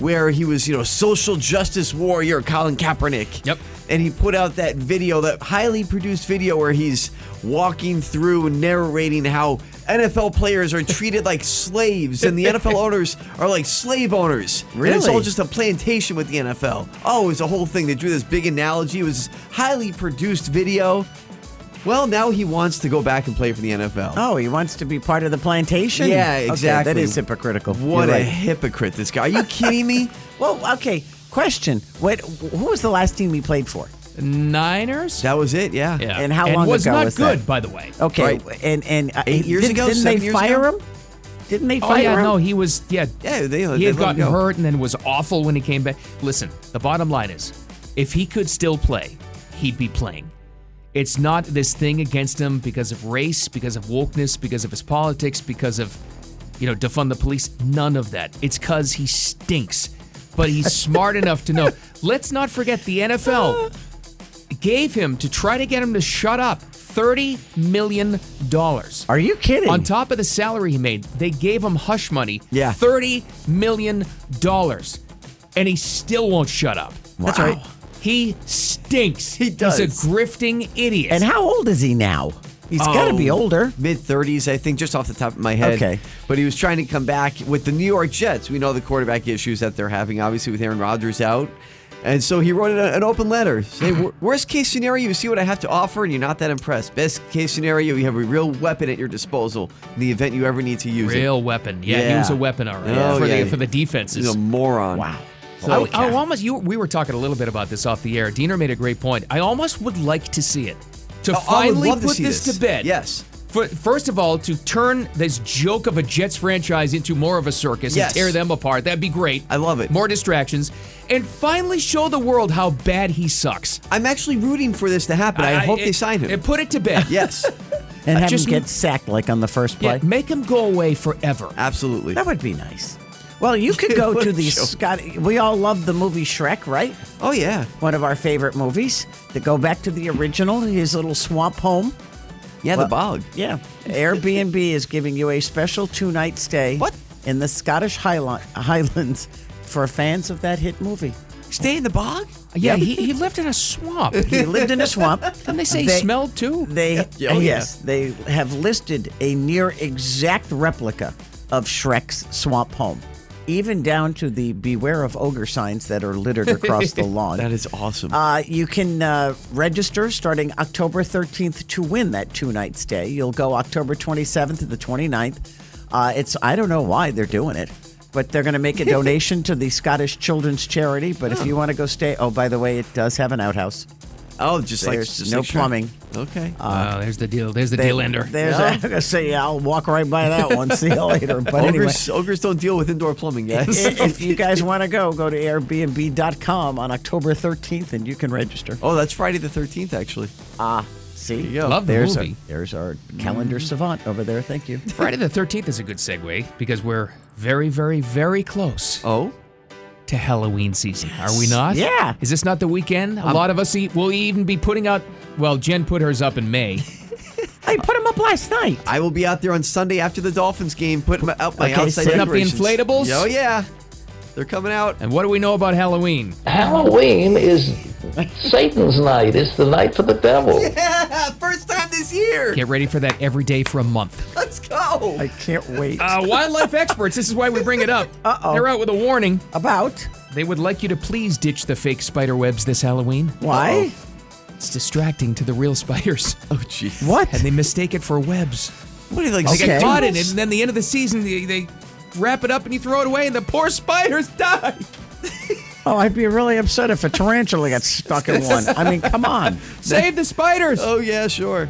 Speaker 9: where he was, you know, social justice warrior Colin Kaepernick.
Speaker 3: Yep.
Speaker 9: And he put out that video, that highly produced video where he's walking through and narrating how NFL players are treated like slaves and the NFL owners are like slave owners. And it's
Speaker 4: Really?
Speaker 9: all just a plantation with the NFL. Oh, it's a whole thing. They drew this big analogy. It was highly produced video. Well, now he wants to go back and play for the NFL.
Speaker 4: Oh, he wants to be part of the plantation?
Speaker 9: yeah,
Speaker 4: Okay,
Speaker 9: exactly.
Speaker 4: that is hypocritical.
Speaker 9: What
Speaker 4: You're
Speaker 9: a
Speaker 4: right.
Speaker 9: hypocrite this guy. Are you
Speaker 4: [LAUGHS]
Speaker 9: kidding me?
Speaker 4: Well, okay. Question: What? Who was the last team he played for?
Speaker 3: Niners.
Speaker 9: that was it, yeah.
Speaker 3: yeah.
Speaker 4: and how long
Speaker 3: was
Speaker 4: ago
Speaker 3: not
Speaker 4: was
Speaker 3: good,
Speaker 4: that?
Speaker 3: by the way.
Speaker 4: Okay,
Speaker 9: Right.
Speaker 4: and and uh,
Speaker 9: Eight years
Speaker 4: didn't-
Speaker 9: ago?
Speaker 4: didn't
Speaker 9: Seven
Speaker 4: they
Speaker 9: years
Speaker 4: fire
Speaker 9: ago?
Speaker 4: him? Didn't they
Speaker 3: Oh
Speaker 4: fire
Speaker 3: yeah,
Speaker 4: him?
Speaker 3: no, he was yeah
Speaker 9: Yeah, they-
Speaker 3: he
Speaker 9: they
Speaker 3: had
Speaker 9: let him
Speaker 3: gotten
Speaker 9: go.
Speaker 3: hurt and then was awful when he came back. Listen, the bottom line is, if he could still play, he'd be playing. It's not this thing against him because of race, because of wokeness, because of his politics, because of you know defund the police. None of that. It's because he stinks. But
Speaker 9: [LAUGHS]
Speaker 3: he's smart enough to know. Let's not forget the NFL gave him to try to get him to shut up. Thirty million dollars.
Speaker 4: Are you kidding?
Speaker 3: On top of the salary he made, they gave him hush money.
Speaker 9: Yeah.
Speaker 3: Thirty million dollars. And he still won't shut up.
Speaker 9: That's right.
Speaker 3: He stinks.
Speaker 9: He does.
Speaker 3: He's a grifting idiot.
Speaker 4: and how old is he now? He's got to be
Speaker 9: Oh,
Speaker 4: older.
Speaker 9: Mid 30s, I think, just off the top of my head.
Speaker 4: Okay.
Speaker 9: But he was trying to come back with the New York Jets. We know the quarterback issues that they're having, obviously, with Aaron Rodgers out. And so he wrote an an open letter. Say, "Wor- worst case scenario, you see what I have to offer and you're not that impressed. Best case scenario, you have a real weapon at your disposal in the event you ever need to use
Speaker 3: Real
Speaker 9: it.
Speaker 3: weapon. Yeah, he
Speaker 9: Yeah.
Speaker 3: was a weapon already
Speaker 9: Oh,
Speaker 3: for,
Speaker 9: yeah.
Speaker 3: the, for the defenses.
Speaker 9: He's a moron.
Speaker 4: Wow.
Speaker 3: I,
Speaker 4: Okay.
Speaker 3: I almost you we were talking a little bit about this off the air. Diener made a great point. I almost would like to see it. To
Speaker 9: I- I would
Speaker 3: finally
Speaker 9: love to
Speaker 3: put
Speaker 9: see
Speaker 3: this,
Speaker 9: this.
Speaker 3: to bed.
Speaker 9: Yes.
Speaker 3: For, first of all, to turn this joke of a Jets franchise into more of a circus
Speaker 9: Yes.
Speaker 3: and tear them apart. That'd be great.
Speaker 9: I love it.
Speaker 3: More distractions. And finally show the world how bad he sucks.
Speaker 9: I'm actually rooting for this to happen. I, hope they
Speaker 3: it-
Speaker 9: sign him.
Speaker 3: And put it to
Speaker 9: [LAUGHS]
Speaker 3: bed.
Speaker 9: yes,
Speaker 4: And have
Speaker 3: just-
Speaker 4: him get sacked like on the first
Speaker 3: Yeah,
Speaker 4: play.
Speaker 3: make him go away forever. [LAUGHS]
Speaker 9: absolutely.
Speaker 4: that would be nice. Well, you could go
Speaker 9: [LAUGHS] What
Speaker 4: to
Speaker 9: a
Speaker 4: the
Speaker 9: joke.
Speaker 4: Scott. We all love the movie Shrek, right?
Speaker 9: Oh, yeah.
Speaker 4: One of our favorite movies. To go back to the original, his little swamp home.
Speaker 9: Yeah,
Speaker 4: Well-
Speaker 9: the bog.
Speaker 4: Yeah. Airbnb is giving you a special two night stay
Speaker 9: What?
Speaker 4: in the Scottish Highland- Highlands for fans of that hit movie.
Speaker 9: Stay in the bog?
Speaker 3: yeah, he, he lived in a
Speaker 9: [LAUGHS]
Speaker 3: swamp.
Speaker 4: He lived in a swamp.
Speaker 3: Didn't they say he smelled too?
Speaker 4: They,
Speaker 9: Yeah, oh, yeah.
Speaker 4: yes, they have listed a near exact replica of Shrek's swamp home, even down to the beware of ogre signs that are littered across the lawn.
Speaker 9: That is awesome.
Speaker 4: Uh, you can uh, register starting October 13th to win that two night stay. You'll go October 27th to the 29th. Uh, it's I don't know why they're doing it, but they're going to make a donation to the Scottish Children's Charity. But if you want to go stay, oh by the way, it does have an outhouse.
Speaker 9: oh, just like
Speaker 4: there's
Speaker 9: just
Speaker 4: no
Speaker 9: like Shrek.
Speaker 4: plumbing.
Speaker 9: Okay.
Speaker 3: oh, there's the deal. There's the deal ender.
Speaker 4: There's I was [LAUGHS] gonna say yeah, I'll walk right by that one. See you later. But anyway.
Speaker 9: ogres, ogres don't deal with indoor plumbing,
Speaker 4: i-
Speaker 9: guys.
Speaker 4: If you guys want to go, go to airbnb.com on October 13th and you can register.
Speaker 9: oh, that's Friday the 13th, actually.
Speaker 4: Ah, See,
Speaker 9: you go.
Speaker 3: Love the
Speaker 4: there's,
Speaker 3: movie.
Speaker 4: A, there's our calendar savant over there. Thank you.
Speaker 3: Friday the 13th is a good segue because we're very, very, very close
Speaker 9: Oh,
Speaker 3: to Halloween season. Are we not?
Speaker 4: Yeah.
Speaker 3: Is this not the weekend? A lot of us e- will even be putting out, well, Jen put hers up in [LAUGHS] May.
Speaker 4: I put him up last night.
Speaker 9: I will be out there on Sunday after the Dolphins game, putting my, up my
Speaker 4: Okay,
Speaker 9: outside
Speaker 4: setting
Speaker 3: up the
Speaker 9: decorations.
Speaker 3: inflatables?
Speaker 9: Oh yeah, they're coming out. [LAUGHS]
Speaker 3: and what do we know about Halloween?
Speaker 10: Halloween is Satan's night. It's the night for the devil.
Speaker 9: Yeah, first time this year.
Speaker 3: Get ready for that every day for a month.
Speaker 9: Let's go.
Speaker 4: I can't wait.
Speaker 3: Uh, wildlife experts, this is why we bring it [LAUGHS] up.
Speaker 4: Uh-oh.
Speaker 3: They're out with a warning.
Speaker 4: About
Speaker 3: They would like you to please ditch the fake spider webs this Halloween.
Speaker 4: why?
Speaker 3: It's distracting to the real spiders.
Speaker 9: oh jeez.
Speaker 4: What?
Speaker 3: And they mistake it for webs.
Speaker 9: What are they like?
Speaker 3: They
Speaker 4: Okay.
Speaker 3: get caught in it,
Speaker 9: doodles?
Speaker 3: and then the end of the season, they, they wrap it up and you throw it away, and the poor spiders [LAUGHS] die.
Speaker 4: Oh, I'd be really upset if a tarantula got stuck in one. I mean, come on.
Speaker 3: Save the spiders.
Speaker 9: Oh yeah, sure.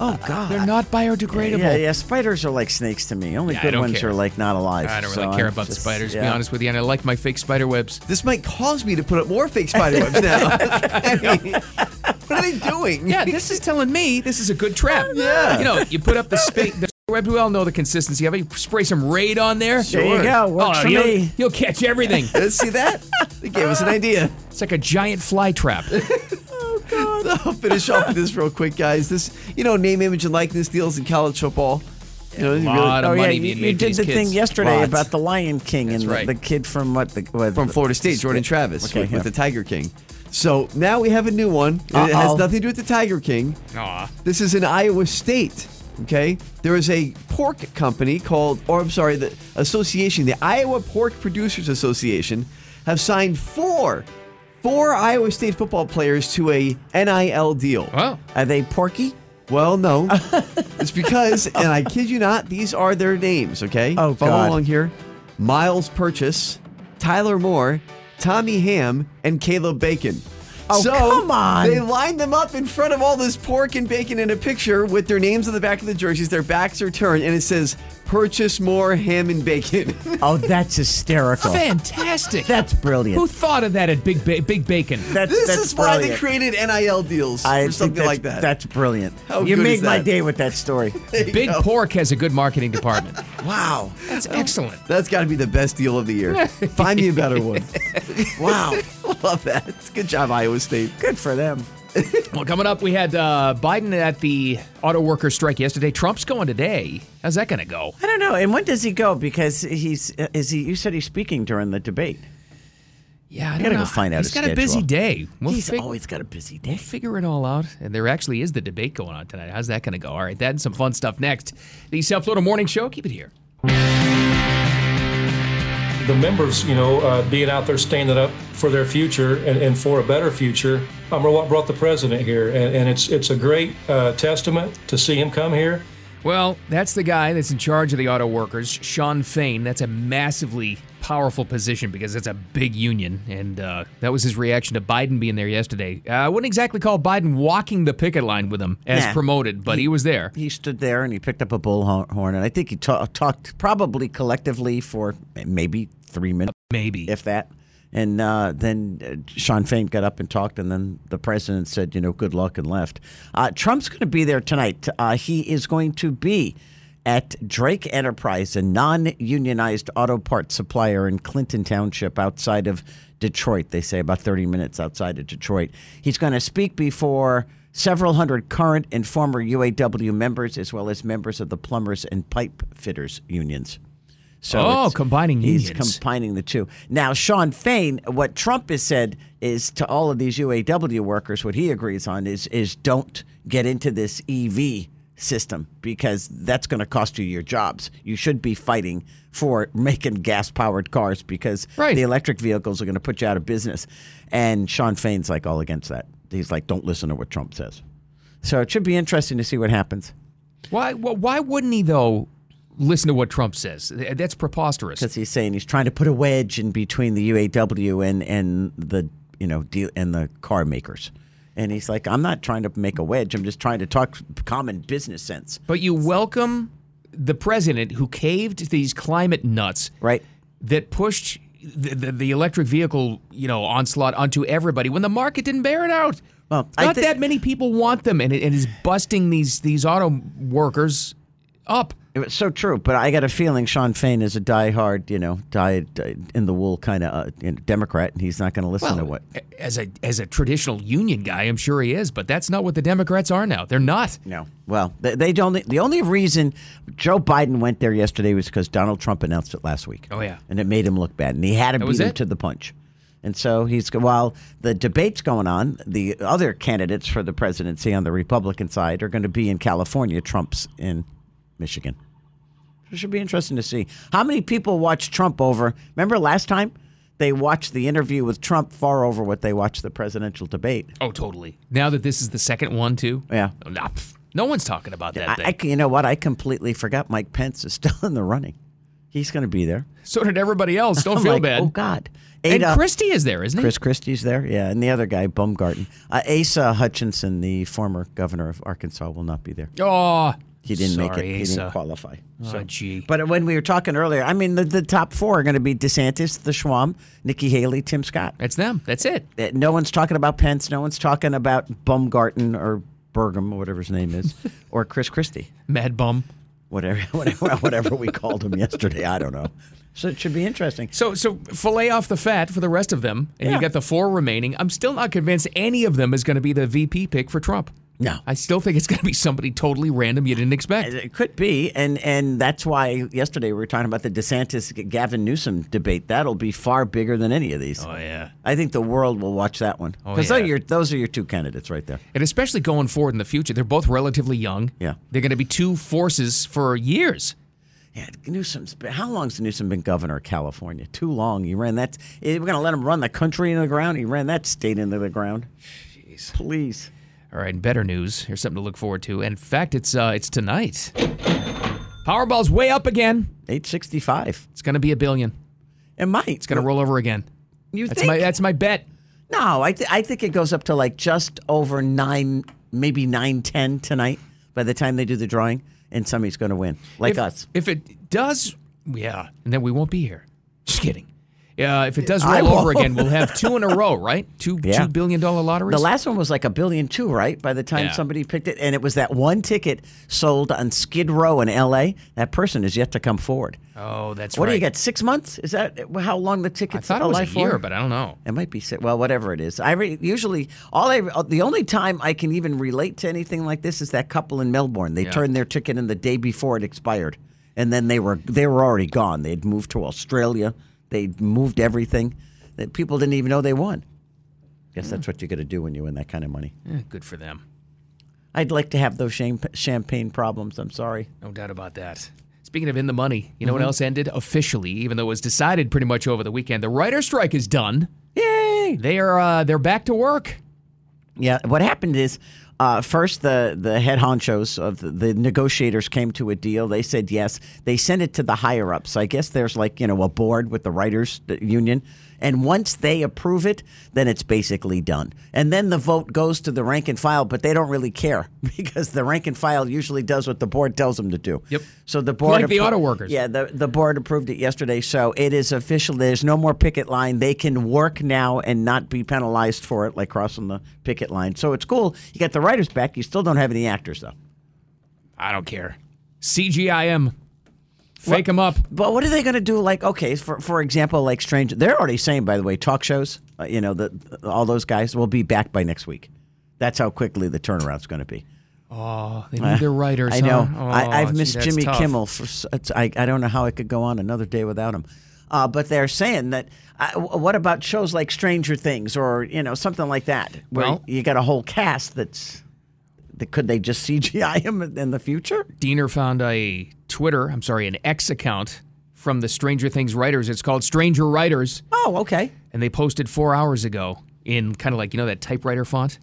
Speaker 4: Oh God.
Speaker 3: They're not biodegradable.
Speaker 4: Yeah, yeah. Spiders are like snakes to me. Only
Speaker 3: Yeah, I
Speaker 4: good
Speaker 3: don't
Speaker 4: ones
Speaker 3: care.
Speaker 4: are like not alive.
Speaker 3: I don't
Speaker 4: so
Speaker 3: really care
Speaker 4: I'm
Speaker 3: about the
Speaker 4: just-
Speaker 3: spiders, to be
Speaker 4: yeah.
Speaker 3: honest with you, and I like my fake spider webs.
Speaker 9: This might cause me to put up more fake spider webs now. [LAUGHS] I mean, what are they doing? [LAUGHS]
Speaker 3: Yeah, this is telling me this is a good trap.
Speaker 4: [LAUGHS]
Speaker 9: Yeah.
Speaker 3: You know, you put up the, [LAUGHS] spa- the we all know the consistency of it. You spray some Raid on there.
Speaker 4: There you Sure.
Speaker 3: Oh,
Speaker 4: go. Works for
Speaker 3: you'll,
Speaker 4: me.
Speaker 3: you'll catch everything.
Speaker 4: [LAUGHS]
Speaker 9: See that? They gave us an idea.
Speaker 3: It's like a giant fly trap. [LAUGHS]
Speaker 9: I'll finish off with this real quick, guys. This, you know, name, image, and likeness deals in college football. You know, really-
Speaker 3: lot of
Speaker 4: oh yeah,
Speaker 3: money
Speaker 4: you,
Speaker 3: being
Speaker 4: you
Speaker 3: made for
Speaker 4: did
Speaker 3: these
Speaker 4: the
Speaker 3: kids.
Speaker 4: thing yesterday
Speaker 9: Lots.
Speaker 4: about the Lion King
Speaker 3: That's
Speaker 4: and the,
Speaker 3: right.
Speaker 4: the kid from what the what,
Speaker 9: from
Speaker 4: the-
Speaker 9: Florida State, Jordan Travis,
Speaker 4: Okay,
Speaker 9: with,
Speaker 4: yeah.
Speaker 9: with the Tiger King. So now we have a new one. and It
Speaker 4: Uh-oh.
Speaker 9: has nothing to do with the Tiger King.
Speaker 3: Aw.
Speaker 9: This is in Iowa State. Okay, there is a pork company called, or I'm sorry, the association, the Iowa Pork Producers Association, have signed four, four Iowa State football players to a NIL deal.
Speaker 3: Wow.
Speaker 4: Are they Porky? [LAUGHS]
Speaker 9: Well, no. it's because, and I kid you not, these are their names, okay?
Speaker 4: Oh,
Speaker 9: Follow
Speaker 4: God.
Speaker 9: along here Miles Purchase, Tyler Moore, Tommy Ham, and Caleb Bacon.
Speaker 4: Oh,
Speaker 9: so
Speaker 4: come on.
Speaker 9: They lined them up in front of all this pork and bacon in a picture with their names on the back of the jerseys. Their backs are turned, and it says, Purchase more ham and bacon. [LAUGHS]
Speaker 4: Oh, that's hysterical.
Speaker 3: Fantastic.
Speaker 4: That's brilliant.
Speaker 3: Who thought of that at Big ba- Big Bacon?
Speaker 4: That's,
Speaker 9: this
Speaker 4: that's
Speaker 9: is why they
Speaker 4: brilliant.
Speaker 9: created NIL deals
Speaker 4: I
Speaker 9: or
Speaker 4: think
Speaker 9: something
Speaker 4: that's-
Speaker 9: like that.
Speaker 4: That's brilliant.
Speaker 9: How
Speaker 4: you
Speaker 9: good
Speaker 4: made
Speaker 9: is
Speaker 4: my
Speaker 9: that?
Speaker 4: day with that story.
Speaker 3: Big Pork has a good marketing
Speaker 4: [LAUGHS]
Speaker 3: department.
Speaker 4: wow.
Speaker 3: That's excellent.
Speaker 9: That's got to be the best deal of
Speaker 3: [LAUGHS]
Speaker 9: the year. Find me a better one.
Speaker 4: Wow.
Speaker 9: Love that. Good job, Iowa State.
Speaker 4: Good for them.
Speaker 3: Well, coming up, we had uh, Biden at the auto worker strike yesterday. Trump's going today. How's that going to go?
Speaker 4: [LAUGHS] I don't know. And when does he go? Because he's is he? You said he's speaking during the debate.
Speaker 3: Yeah, I
Speaker 4: gotta go find out
Speaker 3: He's
Speaker 4: his
Speaker 3: got a busy
Speaker 4: schedule.
Speaker 3: day. We'll
Speaker 4: he's
Speaker 3: fig-
Speaker 4: always got a busy
Speaker 3: we'll
Speaker 4: day.
Speaker 3: figure it all out. And there actually is the debate going on tonight. How's that going to go? All right, that and some fun stuff next. The South Florida Morning Show. Keep it here.
Speaker 5: the members, you know, uh, being out there standing up for their future and, and for a better future, um, are what brought the president here. And, and it's it's a great uh, testament to see him come here.
Speaker 3: Well, that's the guy that's in charge of the auto workers, Sean Fain. That's a massively powerful position because it's a big union. And uh, that was his reaction to Biden being there yesterday. Uh, I wouldn't exactly call Biden walking the picket line with him as
Speaker 4: Nah.
Speaker 3: promoted, but he, was there.
Speaker 4: He stood there and he picked up a bullhorn, and I think he ta- talked probably collectively for maybe three minutes,
Speaker 3: Maybe.
Speaker 4: if that. And uh, then uh, Sean Fain got up and talked, and then the president said, "You know, good luck," and left. Uh, Trump's going to be there tonight. Uh, he is going to be at Drake Enterprise, a non-unionized auto parts supplier in Clinton Township, outside of Detroit. They say about 30 minutes outside of Detroit. He's going to speak before several hundred current and former UAW members, as well as members of the plumbers and pipe fitters unions. So
Speaker 3: Oh,
Speaker 4: it's-
Speaker 3: combining
Speaker 4: he's
Speaker 3: unions.
Speaker 4: combining the two. Now, Sean Fain, what Trump has said is to all of these UAW workers, what he agrees on is is don't get into this EV system because that's going to cost you your jobs. You should be fighting for making gas powered cars because
Speaker 3: Right.
Speaker 4: the electric vehicles are going to put you out of business. And Sean Fain's like all against that. He's like, don't listen to what Trump says. So it should be interesting to see what happens
Speaker 3: Why, why why wouldn't he, though, listen to what Trump says? Th- That's preposterous.
Speaker 4: because he's saying he's trying to put a wedge in between the UAW and and the you know deal and the car makers. And he's like, I'm not trying to make a wedge. I'm just trying to talk common business sense,
Speaker 3: But you welcome the president who caved to these climate nuts
Speaker 4: right?
Speaker 3: that pushed the, the, the electric vehicle, you know, onslaught onto everybody when the market didn't bear it out.
Speaker 4: Well, I
Speaker 3: Not
Speaker 4: thi-
Speaker 3: that many people want them, and it, it is busting these these auto workers up.
Speaker 4: It was so true. But I got a feeling Sean Fain is a diehard, you know, die, die in the wool kind of uh, you know, Democrat, and he's not going to listen to what.
Speaker 3: A- As a as a traditional union guy, I'm sure he is, but that's not what the Democrats are now. They're not.
Speaker 4: No. Well, they, they don't. The only reason Joe Biden went there yesterday was because Donald Trump announced it last week.
Speaker 3: Oh, yeah.
Speaker 4: and it made him look bad, and he had to
Speaker 3: was
Speaker 4: beat him
Speaker 3: it?
Speaker 4: to the punch. And so he's while the debate's going on, the other candidates for the presidency on the Republican side are going to be in California. Trump's in Michigan. It should be interesting to see how many people watch Trump over. Remember last time they watched the interview with Trump far over what they watched the presidential debate.
Speaker 3: Oh, totally. Now that this is the second one, too.
Speaker 4: Yeah.
Speaker 3: Nah, pff, no one's talking about that
Speaker 4: I,
Speaker 3: thing.
Speaker 4: I c- you know what? I completely forgot Mike Pence is [LAUGHS] still in the running. He's going to be there.
Speaker 3: so did everybody else. Don't
Speaker 4: I'm
Speaker 3: feel
Speaker 4: like,
Speaker 3: bad.
Speaker 4: Oh God,
Speaker 3: and
Speaker 4: Ada-
Speaker 3: Christie is there, isn't he?
Speaker 4: Chris Christie's there. Yeah, and the other guy, Bumgarten, uh, Asa Hutchinson, the former governor of Arkansas, will not be there.
Speaker 3: Oh,
Speaker 4: He didn't make
Speaker 3: sorry,
Speaker 4: it. He
Speaker 3: Asa.
Speaker 4: didn't qualify.
Speaker 3: Oh, gee.
Speaker 4: But when we were talking earlier, I mean, the, the top four are going to be DeSantis, the Schwam, Nikki Haley, Tim Scott.
Speaker 3: That's them. That's it.
Speaker 4: Uh, No one's talking about Pence. No one's talking
Speaker 3: [LAUGHS]
Speaker 4: about Bumgarten or Burgum or whatever his name is, or Chris Christie.
Speaker 3: Mad bum.
Speaker 4: whatever [LAUGHS] whatever, whatever we called him yesterday. I don't know. So it should be interesting.
Speaker 3: So so fillet off the fat for the rest of them, and
Speaker 4: Yeah.
Speaker 3: you got the four remaining. I'm still not convinced any of them is going to be the VP pick for Trump.
Speaker 4: No.
Speaker 3: I still think it's going to be somebody totally random you didn't expect.
Speaker 4: It could be, and and that's why yesterday we were talking about the DeSantis Gavin Newsom debate. That'll be far bigger than any of these.
Speaker 3: Oh yeah.
Speaker 4: I think the world will watch that one
Speaker 3: Oh,
Speaker 4: because
Speaker 3: yeah.
Speaker 4: those, are your- those are your two candidates right there.
Speaker 3: And especially going forward in the future, they're both relatively young.
Speaker 4: Yeah.
Speaker 3: They're going to be two forces for years.
Speaker 4: Yeah, Newsom's. been- How long's Newsom been governor of California? Too long. He ran that. eh, We're going to let him run the country into the ground. He ran that state into the ground. Jeez, please.
Speaker 3: All right, and better news. Here's something to look forward to. And in fact, it's uh, it's tonight. Powerball's way up again.
Speaker 4: Eight sixty-five.
Speaker 3: It's going to be a billion.
Speaker 4: It might.
Speaker 3: It's going to roll over again.
Speaker 4: You
Speaker 3: That's
Speaker 4: think?
Speaker 3: my that's my bet.
Speaker 4: no, I th- I think it goes up to like just over nine, maybe nine ten tonight. By the time they do the drawing, and somebody's going to win, like
Speaker 3: if,
Speaker 4: us.
Speaker 3: If it does, yeah, and then we won't be here. Just kidding. Yeah, if it does
Speaker 4: I
Speaker 3: roll over
Speaker 4: won't.
Speaker 3: again, we'll have
Speaker 4: [LAUGHS]
Speaker 3: two in a row, right? Two
Speaker 4: Yeah.
Speaker 3: two billion dollar lotteries.
Speaker 4: The last one was like a billion too, right? By the time
Speaker 3: Yeah.
Speaker 4: somebody picked it, and it was that one ticket sold on Skid Row in L.A. That person is yet to come forward.
Speaker 3: oh, that's
Speaker 4: What
Speaker 3: right.
Speaker 4: do you get? Six months? Is that how long the
Speaker 3: I
Speaker 4: tickets
Speaker 3: thought it was a
Speaker 4: alive
Speaker 3: year,
Speaker 4: for?
Speaker 3: but I don't know.
Speaker 4: it might be six. Well, whatever it is, I re- usually all I uh, the only time I can even relate to anything like this is that couple in Melbourne. They
Speaker 3: Yeah.
Speaker 4: turned their ticket in the day before it expired, and then they were they were already gone. They'd moved to Australia. They'd moved everything. That people didn't even know they won. Guess that's what you got to do when you win that kind of money.
Speaker 3: Eh, Hmm. good for them.
Speaker 4: I'd like to have those sham- champagne problems. I'm sorry.
Speaker 3: No doubt about that. Speaking of in the money, you know what else ended officially, even though it was decided pretty much over the weekend. The writer strike is done.
Speaker 4: Yay!
Speaker 3: They are uh, they're back to work.
Speaker 4: Yeah, what happened is uh, first the, the head honchos of the, the negotiators came to a deal. They said yes. They sent it to the higher ups. I guess there's like you know a board with the writers the union, and once they approve it, then it's basically done. And then the vote goes to the rank and file, but they don't really care [LAUGHS] because the rank and file usually does what the board tells them to do.
Speaker 3: Yep.
Speaker 4: So the board
Speaker 3: Like the
Speaker 4: appro-
Speaker 3: auto workers.
Speaker 4: Yeah, the the board approved it yesterday, so it is official. There's no more picket line. They can work now and not be penalized for it, like crossing the picket line. So it's cool. You got the writers back. You still don't have any actors though.
Speaker 3: I don't care. CGIM. Fake them up.
Speaker 4: But what are they going to do? Like, okay, for for example, like Strange. They're already saying, by the way, talk shows. Uh, you know, the, all those guys will be back by next week. That's how quickly the turnaround's going to be.
Speaker 3: Oh, they need their writers.
Speaker 4: I know.
Speaker 3: huh? Oh,
Speaker 4: I, I've
Speaker 3: gee,
Speaker 4: missed
Speaker 3: that's
Speaker 4: Jimmy
Speaker 3: tough.
Speaker 4: Kimmel. For, s- it's- I, I don't know how I could go on another day without him. Uh, but they're saying that. I, w- what about shows like Stranger Things or you know something like that, where
Speaker 3: Well-
Speaker 4: you got a whole cast that's. That could they just [LAUGHS] CGI him in- in the future?
Speaker 3: Diener found a Twitter, I'm sorry, an X account from the Stranger Things writers. It's called Stranger Writers,
Speaker 4: Oh, okay.
Speaker 3: and they posted four hours ago in kind of like, you know, that typewriter font.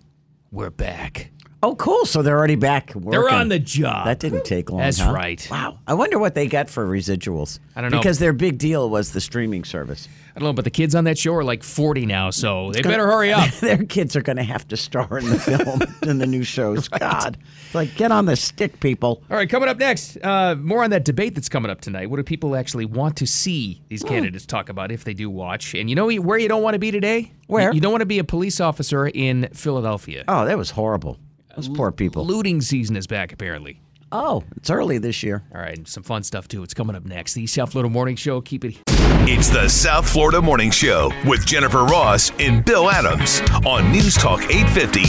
Speaker 3: We're back.
Speaker 4: Oh, cool. So they're already back.
Speaker 3: They're
Speaker 4: working.
Speaker 3: on the job.
Speaker 4: That didn't take long.
Speaker 3: That's
Speaker 4: huh?
Speaker 3: right.
Speaker 4: Wow. I wonder what they got for residuals.
Speaker 3: I don't know.
Speaker 4: Because their big deal was the streaming service.
Speaker 3: I don't know, but the kids on that show are like 40 now, so they better hurry up.
Speaker 4: [LAUGHS] their kids are going to have to star in the film [LAUGHS] in the new shows. God, It's like get on the stick, people.
Speaker 3: All right, coming up next, uh, more on that debate that's coming up tonight. What do people actually want to see these candidates talk about if they do watch? And you know where you don't want to be today?
Speaker 4: Where?
Speaker 3: You don't want to be a police officer in Philadelphia.
Speaker 4: Oh, that was horrible. Those poor people.
Speaker 3: Looting season is back, apparently.
Speaker 4: Oh, it's early this year.
Speaker 3: All right, and some fun stuff too. It's coming up next. The South Florida Morning Show. Keep it.
Speaker 1: It's the South Florida Morning Show with Jennifer Ross and Bill Adams on News Talk 850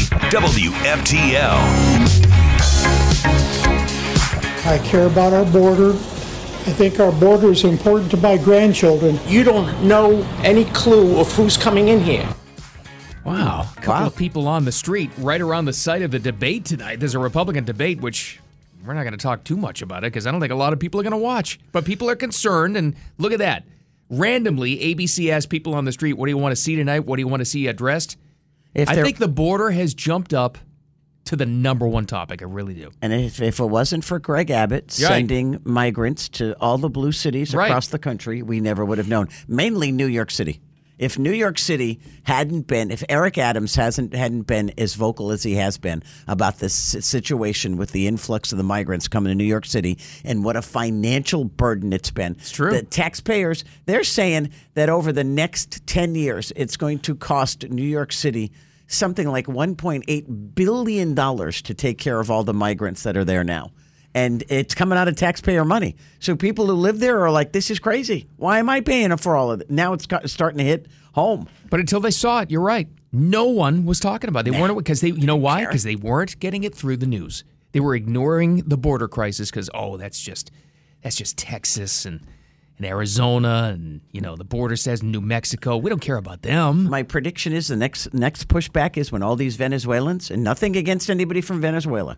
Speaker 1: WFTL.
Speaker 7: I care about our border. I think our border is important to my grandchildren.
Speaker 8: You don't know any clue of who's coming in here.
Speaker 3: Wow, a couple
Speaker 4: Wow.
Speaker 3: of people on the street right around the site of the debate tonight. There's a Republican debate, which we're not going to talk too much about it because I don't think a lot of people are going to watch. But people are concerned, and look at that. Randomly, ABC asked people on the street, "What do you want to see tonight? What do you want to see addressed?"
Speaker 4: If
Speaker 3: I
Speaker 4: they're-
Speaker 3: think the border has jumped up to the number one topic. I really do.
Speaker 4: and if, if it wasn't for Greg Abbott
Speaker 3: Right.
Speaker 4: sending migrants to all the blue cities
Speaker 3: Right.
Speaker 4: across the country, we never would have known. Mainly New York City. If New York City hadn't been, if Eric Adams hasn't hadn't been as vocal as he has been about this si- situation with the influx of the migrants coming to New York City and what a financial burden it's been, it's
Speaker 3: true.
Speaker 4: The taxpayers they're saying that over the next ten years, it's going to cost New York City something like $1.8 billion to take care of all the migrants that are there now. and it's coming out of taxpayer money. So people who live there are like, "This is crazy. Why am I paying for all of it?" Now it's ca- starting to hit home.
Speaker 3: But until they saw it, you're right. No one was talking about. It. They weren't because they, you know why? Because they weren't getting it through the news. They were ignoring the border crisis because oh, that's just that's just Texas and and Arizona and you know the border says New Mexico. We don't care about them.
Speaker 4: My prediction is the next next pushback is when all these Venezuelans and nothing against anybody from Venezuela,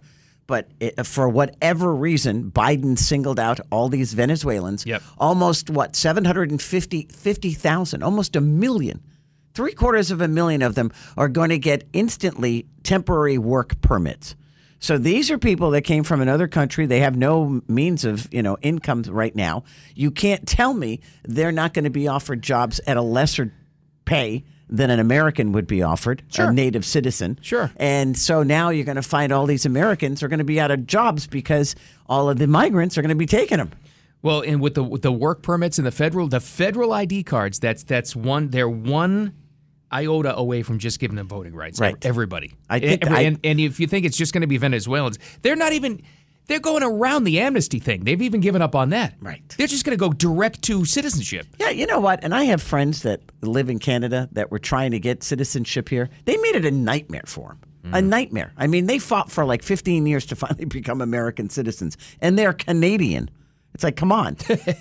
Speaker 4: but it, for whatever reason, Biden singled out all these Venezuelans.
Speaker 3: Yep.
Speaker 4: Almost what 750 50,000, almost a million. Three quarters of a million of them are going to get instantly temporary work permits. So these are people that came from another country. They have no means of you know income right now. You can't tell me they're not going to be offered jobs at a lesser pay than an American would be offered, a native citizen.
Speaker 3: Sure.
Speaker 4: And so now you're going to find all these Americans are going to be out of jobs because all of the migrants are going to be taking them.
Speaker 3: Well, and with the with the work permits and the federal the federal ID cards, that's that's one they're one iota away from just giving them voting rights.
Speaker 4: Right.
Speaker 3: Everybody. E,
Speaker 4: I think
Speaker 3: Every-
Speaker 4: I-
Speaker 3: and, and if you think it's just going to be Venezuelans, they're not even they're going around the amnesty thing. They've even given up on that.
Speaker 4: Right.
Speaker 3: They're just going to go direct to citizenship.
Speaker 4: Yeah, you know what? And I have friends that live in Canada that were trying to get citizenship here. They made it a nightmare for them. A nightmare. I mean, they fought for like 15 years to [LAUGHS] finally become American citizens, and they're Canadian. It's like, come on,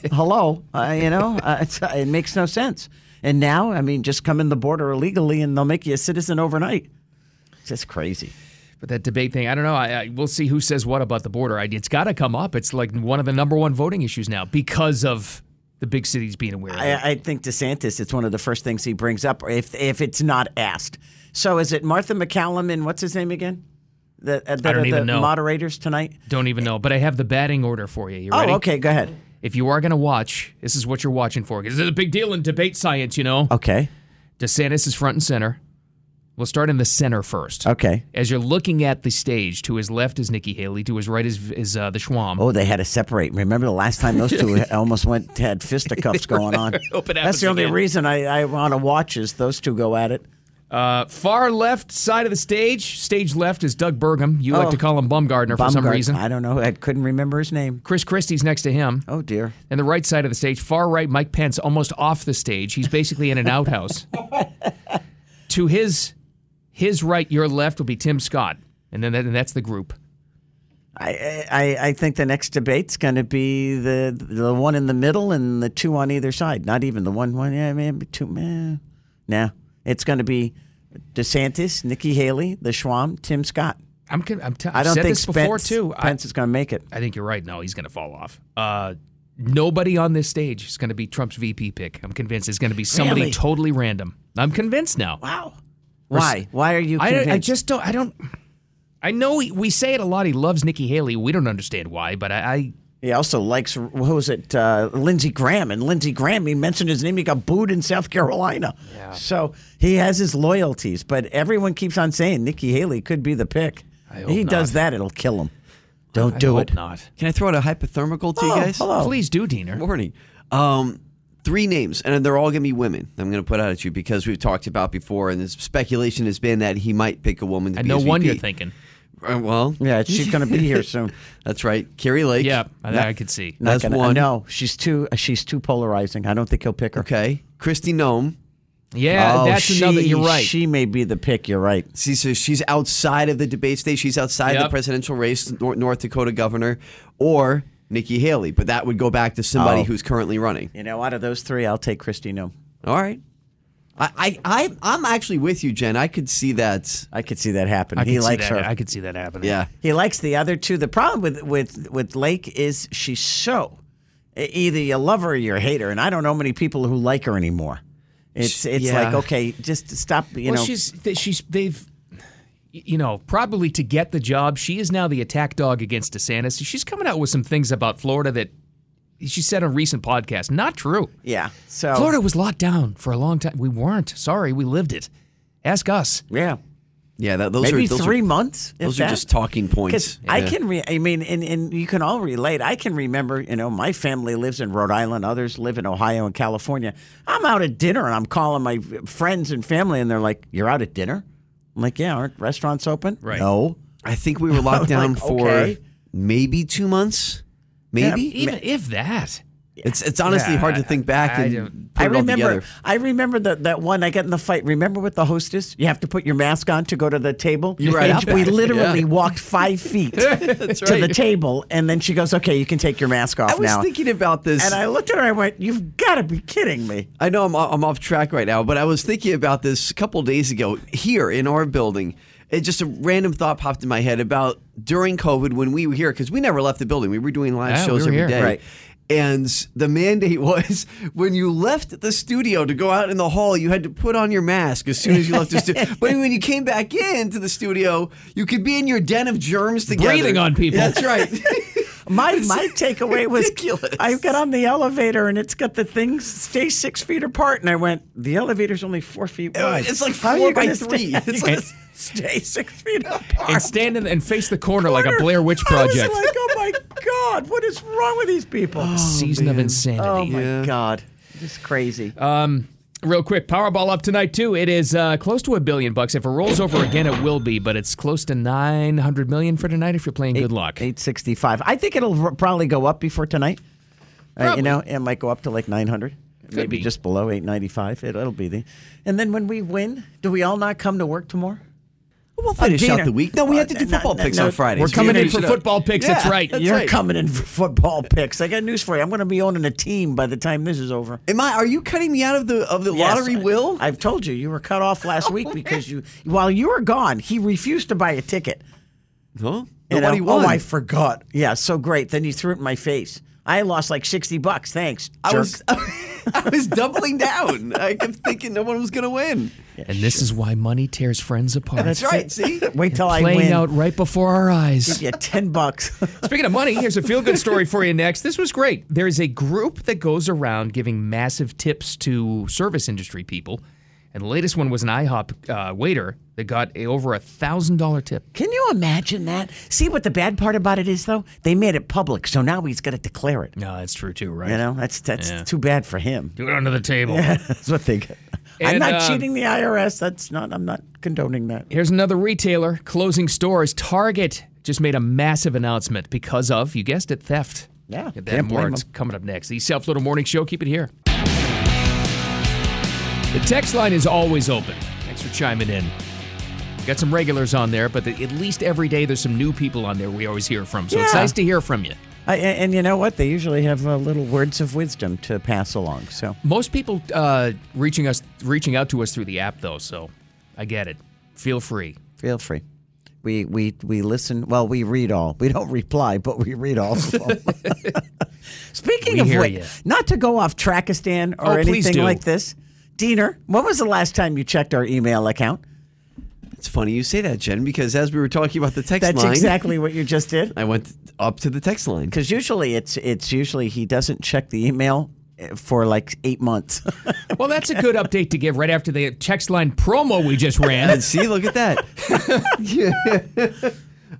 Speaker 4: hello, uh, you know, uh, it's, uh, it makes no sense. And now, I mean, just come in the border illegally, and they'll make you a citizen overnight. It's just crazy.
Speaker 3: But that debate thing, I don't know. I, I we'll see who says what about the border. I, it's got to come up. It's like one of the number one voting issues now because of the big cities being aware. of it.
Speaker 4: I, I think DeSantis, it's one of the first things he brings up if if it's not asked. So is it Martha McCallum and what's his name again? The, uh, that
Speaker 3: don't
Speaker 4: are the
Speaker 3: even know.
Speaker 4: moderators tonight?
Speaker 3: don't even know. But I have the batting order for you. You ready?
Speaker 4: Oh, okay, go ahead.
Speaker 3: If you are going to watch, this is what you're watching for. Because it's a big deal in debate science, you know.
Speaker 4: Okay,
Speaker 3: DeSantis is front and center. We'll start in the center first.
Speaker 4: okay.
Speaker 3: As you're looking at the stage, to his left is Nikki Haley, to his right is, is uh, the Schwam.
Speaker 4: Oh, they had to separate. Remember the last time those
Speaker 3: [LAUGHS]
Speaker 4: two almost went had fisticuffs going on.
Speaker 3: Hope it
Speaker 4: That's
Speaker 3: happens
Speaker 4: the only
Speaker 3: again.
Speaker 4: reason I, I want to watch is those two go at it.
Speaker 3: Uh, far left side of the stage, stage left is Doug Burgum. You
Speaker 4: Oh.
Speaker 3: like to call him Bumgardner for some
Speaker 4: Baumgart-
Speaker 3: reason.
Speaker 4: I don't know. I couldn't remember his name.
Speaker 3: Chris Christie's next to him.
Speaker 4: Oh dear.
Speaker 3: And the right side of the stage, far right, Mike Pence, almost off the stage. He's basically in an
Speaker 4: [LAUGHS]
Speaker 3: outhouse. to his his right, your left will be Tim Scott, and then that, and that's the group.
Speaker 4: I, I- I, I think the next debate's going to be the the one in the middle and the two on either side. Not even the one one. Yeah, maybe two. Man, no, it's going to be DeSantis, Nikki Haley, the Schwam, Tim Scott.
Speaker 3: I'm con- I'm t-
Speaker 4: I
Speaker 3: I've
Speaker 4: don't
Speaker 3: said
Speaker 4: think
Speaker 3: this before
Speaker 4: Spence-
Speaker 3: too. I,
Speaker 4: Pence is going to make it.
Speaker 3: I think you're right. No, he's going to fall off. Uh, nobody on this stage is going to be Trump's VP pick. I'm convinced it's going to be somebody
Speaker 4: Really?
Speaker 3: totally random. I'm convinced now.
Speaker 4: Wow. Why? Why are you?
Speaker 3: I, I
Speaker 4: convinced?
Speaker 3: just don't. I don't. I know he, we say it a lot. He loves Nikki Haley. We don't understand why, but I, I
Speaker 4: He also likes who was it? Uh, Lindsey Graham and Lindsey Graham. He mentioned his name. He got booed in South Carolina. So he has his loyalties, but everyone keeps on saying Nikki Haley could be the pick.
Speaker 3: hope
Speaker 4: he does that, it'll kill him. Don't do
Speaker 3: hope
Speaker 4: it.
Speaker 3: not.
Speaker 9: Can I throw out a hypothermical to
Speaker 4: Oh,
Speaker 9: you guys?
Speaker 4: hello.
Speaker 3: Please do, Diener.
Speaker 9: Morning. Um, three names, and they're all going to be women. I'm going to put out at you because we've talked about before, and the speculation has been that he might pick a woman. To
Speaker 3: I
Speaker 9: be
Speaker 3: know
Speaker 9: his
Speaker 3: one
Speaker 9: VP.
Speaker 3: you're thinking.
Speaker 9: Uh, well,
Speaker 4: Yeah, she's going to be here
Speaker 3: [LAUGHS]
Speaker 4: soon.
Speaker 9: [LAUGHS] that's right, Carrie Lake.
Speaker 3: Yeah, I, I could see.
Speaker 4: Not
Speaker 9: That's
Speaker 4: gonna,
Speaker 9: one.
Speaker 4: No, she's too. She's too polarizing. I don't think he'll pick her.
Speaker 9: Okay, Christy Nome.
Speaker 3: Yeah,
Speaker 4: Oh,
Speaker 3: that's
Speaker 4: she,
Speaker 3: another. You're right.
Speaker 4: She may be the pick. You're right.
Speaker 9: See, so she's outside of the debate stage. She's outside the
Speaker 3: Yep.
Speaker 9: presidential race, North, North Dakota governor, or Nikki Haley. But that would go back to somebody
Speaker 4: Oh.
Speaker 9: who's currently running.
Speaker 4: You know, out of those three, I'll take Christy Noem.
Speaker 9: All right. I, I, I, I'm actually with you, Jen. I could see that.
Speaker 4: I could see that happen.
Speaker 3: I could
Speaker 4: he
Speaker 3: see
Speaker 4: likes
Speaker 3: that-
Speaker 4: her.
Speaker 3: I could see that happening.
Speaker 9: Yeah.
Speaker 4: He likes the other two. The problem with with with Lake is she's so e- either you love her or you hate her, and I don't know many people who like her anymore. It's it's
Speaker 9: yeah.
Speaker 4: like okay, just stop. You
Speaker 3: well,
Speaker 4: know,
Speaker 3: she's th- she's they've. y- You know, probably to get the job, she is now the attack dog against DeSantis. She's coming out with some things about Florida that she said on recent podcast. Not true.
Speaker 4: yeah. So
Speaker 3: Florida was locked down for a long time. We weren't. Sorry, we lived it. Ask us.
Speaker 4: yeah,
Speaker 9: Yeah, that, those
Speaker 4: maybe
Speaker 9: are those
Speaker 4: three
Speaker 9: Are,
Speaker 4: months. if
Speaker 9: those are
Speaker 4: that.
Speaker 9: just talking points.
Speaker 4: Because I
Speaker 9: Yeah.
Speaker 4: can, re- I mean, and, and you can all relate. I can remember, you know, my family lives in Rhode Island, others live in Ohio and California. I'm out at dinner and I'm calling my friends and family, and they're like, You're out at dinner? I'm like, Yeah, aren't restaurants open?
Speaker 3: Right.
Speaker 4: No. [LAUGHS]
Speaker 9: I think we were locked down
Speaker 4: Like,
Speaker 9: for
Speaker 4: okay.
Speaker 9: maybe two months, maybe
Speaker 3: E-, Even if that.
Speaker 9: It's it's honestly
Speaker 3: Yeah,
Speaker 9: hard to
Speaker 3: I-
Speaker 9: think back
Speaker 3: I
Speaker 9: and
Speaker 3: don't-
Speaker 9: put
Speaker 4: I
Speaker 9: it all together.
Speaker 4: remember. I remember that that one I got in the fight. Remember with the hostess, you have to put your mask on to go to the table.
Speaker 9: You're right.
Speaker 4: And we literally
Speaker 9: [LAUGHS] Yeah.
Speaker 4: walked five
Speaker 9: [LAUGHS]
Speaker 4: feet to the
Speaker 9: right.
Speaker 4: table, and then she goes, "Okay, you can take your mask off
Speaker 9: I was
Speaker 4: now."
Speaker 9: thinking about this.
Speaker 4: and I looked at her. I went, "You've got to be kidding me!"
Speaker 9: I know I'm, I'm off track right now, but I was thinking about this a couple days ago here in our building. It just a random thought popped in my head about during COVID when we were here because we never left the building. We were doing live
Speaker 3: Yeah, we
Speaker 9: shows
Speaker 3: were
Speaker 9: every day,
Speaker 3: here.
Speaker 4: Right.
Speaker 9: And the mandate [LAUGHS] was when you left the studio to go out in the hall, you had to put on your mask as soon as you
Speaker 3: [LAUGHS]
Speaker 9: left the studio. But when you came back into the studio, you could be in your den of germs together,
Speaker 3: Breathing on people. [LAUGHS]
Speaker 9: That's right.
Speaker 4: My my takeaway was
Speaker 9: ridiculous.
Speaker 4: I got on the elevator and it's got the things stay six feet apart, and I went, "The elevator's only four feet wide.
Speaker 9: It's like
Speaker 4: How are
Speaker 9: four
Speaker 4: you
Speaker 9: by
Speaker 4: gonna
Speaker 9: three.
Speaker 4: [LAUGHS] Stay,
Speaker 9: It's
Speaker 4: gonna
Speaker 9: like-
Speaker 4: stay six feet apart.
Speaker 3: And stand in and face the corner like a Blair Witch
Speaker 4: [LAUGHS] I
Speaker 3: Project.
Speaker 4: was like, oh my god, what is wrong with these people?
Speaker 3: Season of
Speaker 4: Oh
Speaker 3: insanity.
Speaker 4: my god, this is crazy.
Speaker 3: Real quick, Powerball up tonight too. It is uh, close to a billion bucks. If it rolls over again, it will be, but it's close to nine hundred million for tonight. If you're playing good luck,
Speaker 4: Eight sixty-five. I think it'll r- probably go up before tonight. Uh, you
Speaker 3: Probably.
Speaker 4: know, it might go up to like nine hundred, maybe
Speaker 3: be.
Speaker 4: just below eight ninety-five. It, it'll be the. And then when we win, do we all not come to work tomorrow?
Speaker 9: we'll finish
Speaker 4: Gina.
Speaker 9: out the week. No, we have to do
Speaker 4: Uh, no,
Speaker 9: football
Speaker 4: no,
Speaker 9: picks
Speaker 4: no.
Speaker 9: on Fridays.
Speaker 3: we're
Speaker 9: You
Speaker 3: coming in
Speaker 9: know,
Speaker 3: for football picks. That's
Speaker 9: Yeah.
Speaker 3: right.
Speaker 9: That's
Speaker 4: You're
Speaker 9: right.
Speaker 4: coming in for football picks. I got news for you. I'm going to be owning a team by the time this is over.
Speaker 9: Am I? Are you cutting me out of the of the lottery?
Speaker 4: Yes, I-
Speaker 9: Will
Speaker 4: I've told you you were cut off last week because you while you were gone, he refused to buy a ticket.
Speaker 9: huh?
Speaker 4: You
Speaker 9: Nobody
Speaker 4: know?
Speaker 9: won.
Speaker 4: Oh, I forgot. Yeah, so great. Then you threw it in my face. I lost like sixty bucks. Thanks. uh,
Speaker 9: I
Speaker 4: jerk.
Speaker 9: was [LAUGHS] I was doubling down. I kept thinking no one was going to win.
Speaker 3: and this is why money tears friends apart.
Speaker 9: That's right. See,
Speaker 4: [LAUGHS] Wait till I
Speaker 3: Playing
Speaker 4: win.
Speaker 3: out right before our eyes.
Speaker 4: Yeah, ten bucks.
Speaker 3: [LAUGHS] Speaking of money, here's a feel good story for you next. This was great. There is a group that goes around giving massive tips to service industry people. And the latest one was an IHOP uh, waiter that got a, over a $1,000 tip.
Speaker 4: Can you imagine that? See what the bad part about it is, though. They made it public, so now he's got to declare it.
Speaker 3: No, that's true too, right?
Speaker 4: You know, that's that's too bad for him. [LAUGHS]
Speaker 3: Do it under the table.
Speaker 4: That's what they get. I'm
Speaker 3: And,
Speaker 4: not
Speaker 3: um,
Speaker 4: cheating the IRS. That's not. I'm not condoning that.
Speaker 3: Here's another retailer closing stores. Target just made a massive announcement because of, you guessed it, theft.
Speaker 4: Yeah,
Speaker 3: Get that
Speaker 4: can't
Speaker 3: and more.
Speaker 4: blame
Speaker 3: It's
Speaker 4: them.
Speaker 3: coming up next. The South Florida Morning Show. Keep it here. The text line is always open. Thanks for chiming in. Got some regulars on there, but the, at least every day there's some new people on there we always hear from. So it's
Speaker 4: Yeah.
Speaker 3: nice to hear from you.
Speaker 4: I, and, and you know what? They usually have uh, little words of wisdom to pass along. So
Speaker 3: Most people uh, reaching us, reaching out to us through the app though. So I get it. Feel free.
Speaker 4: feel free. We we we listen. Well, we read all. We don't [LAUGHS] reply, but we read all. of them. Speaking
Speaker 3: We
Speaker 4: of
Speaker 3: hear
Speaker 4: which,
Speaker 3: ya.
Speaker 4: not to go off Trackistan
Speaker 3: Oh,
Speaker 4: or
Speaker 3: please
Speaker 4: anything
Speaker 3: do.
Speaker 4: like this, Diener, when was the last time you checked our email account?
Speaker 9: it's funny you say that, Jen, because as we were talking about the text
Speaker 4: That's
Speaker 9: line,
Speaker 4: exactly what you just did. [LAUGHS]
Speaker 9: I went up to the text line.
Speaker 4: Because usually it's it's usually he doesn't check the email eh, for like eight [LAUGHS] months.
Speaker 3: Well, that's a good update to give right after the text line promo we just ran.
Speaker 9: And see, look at that. [LAUGHS] Yeah.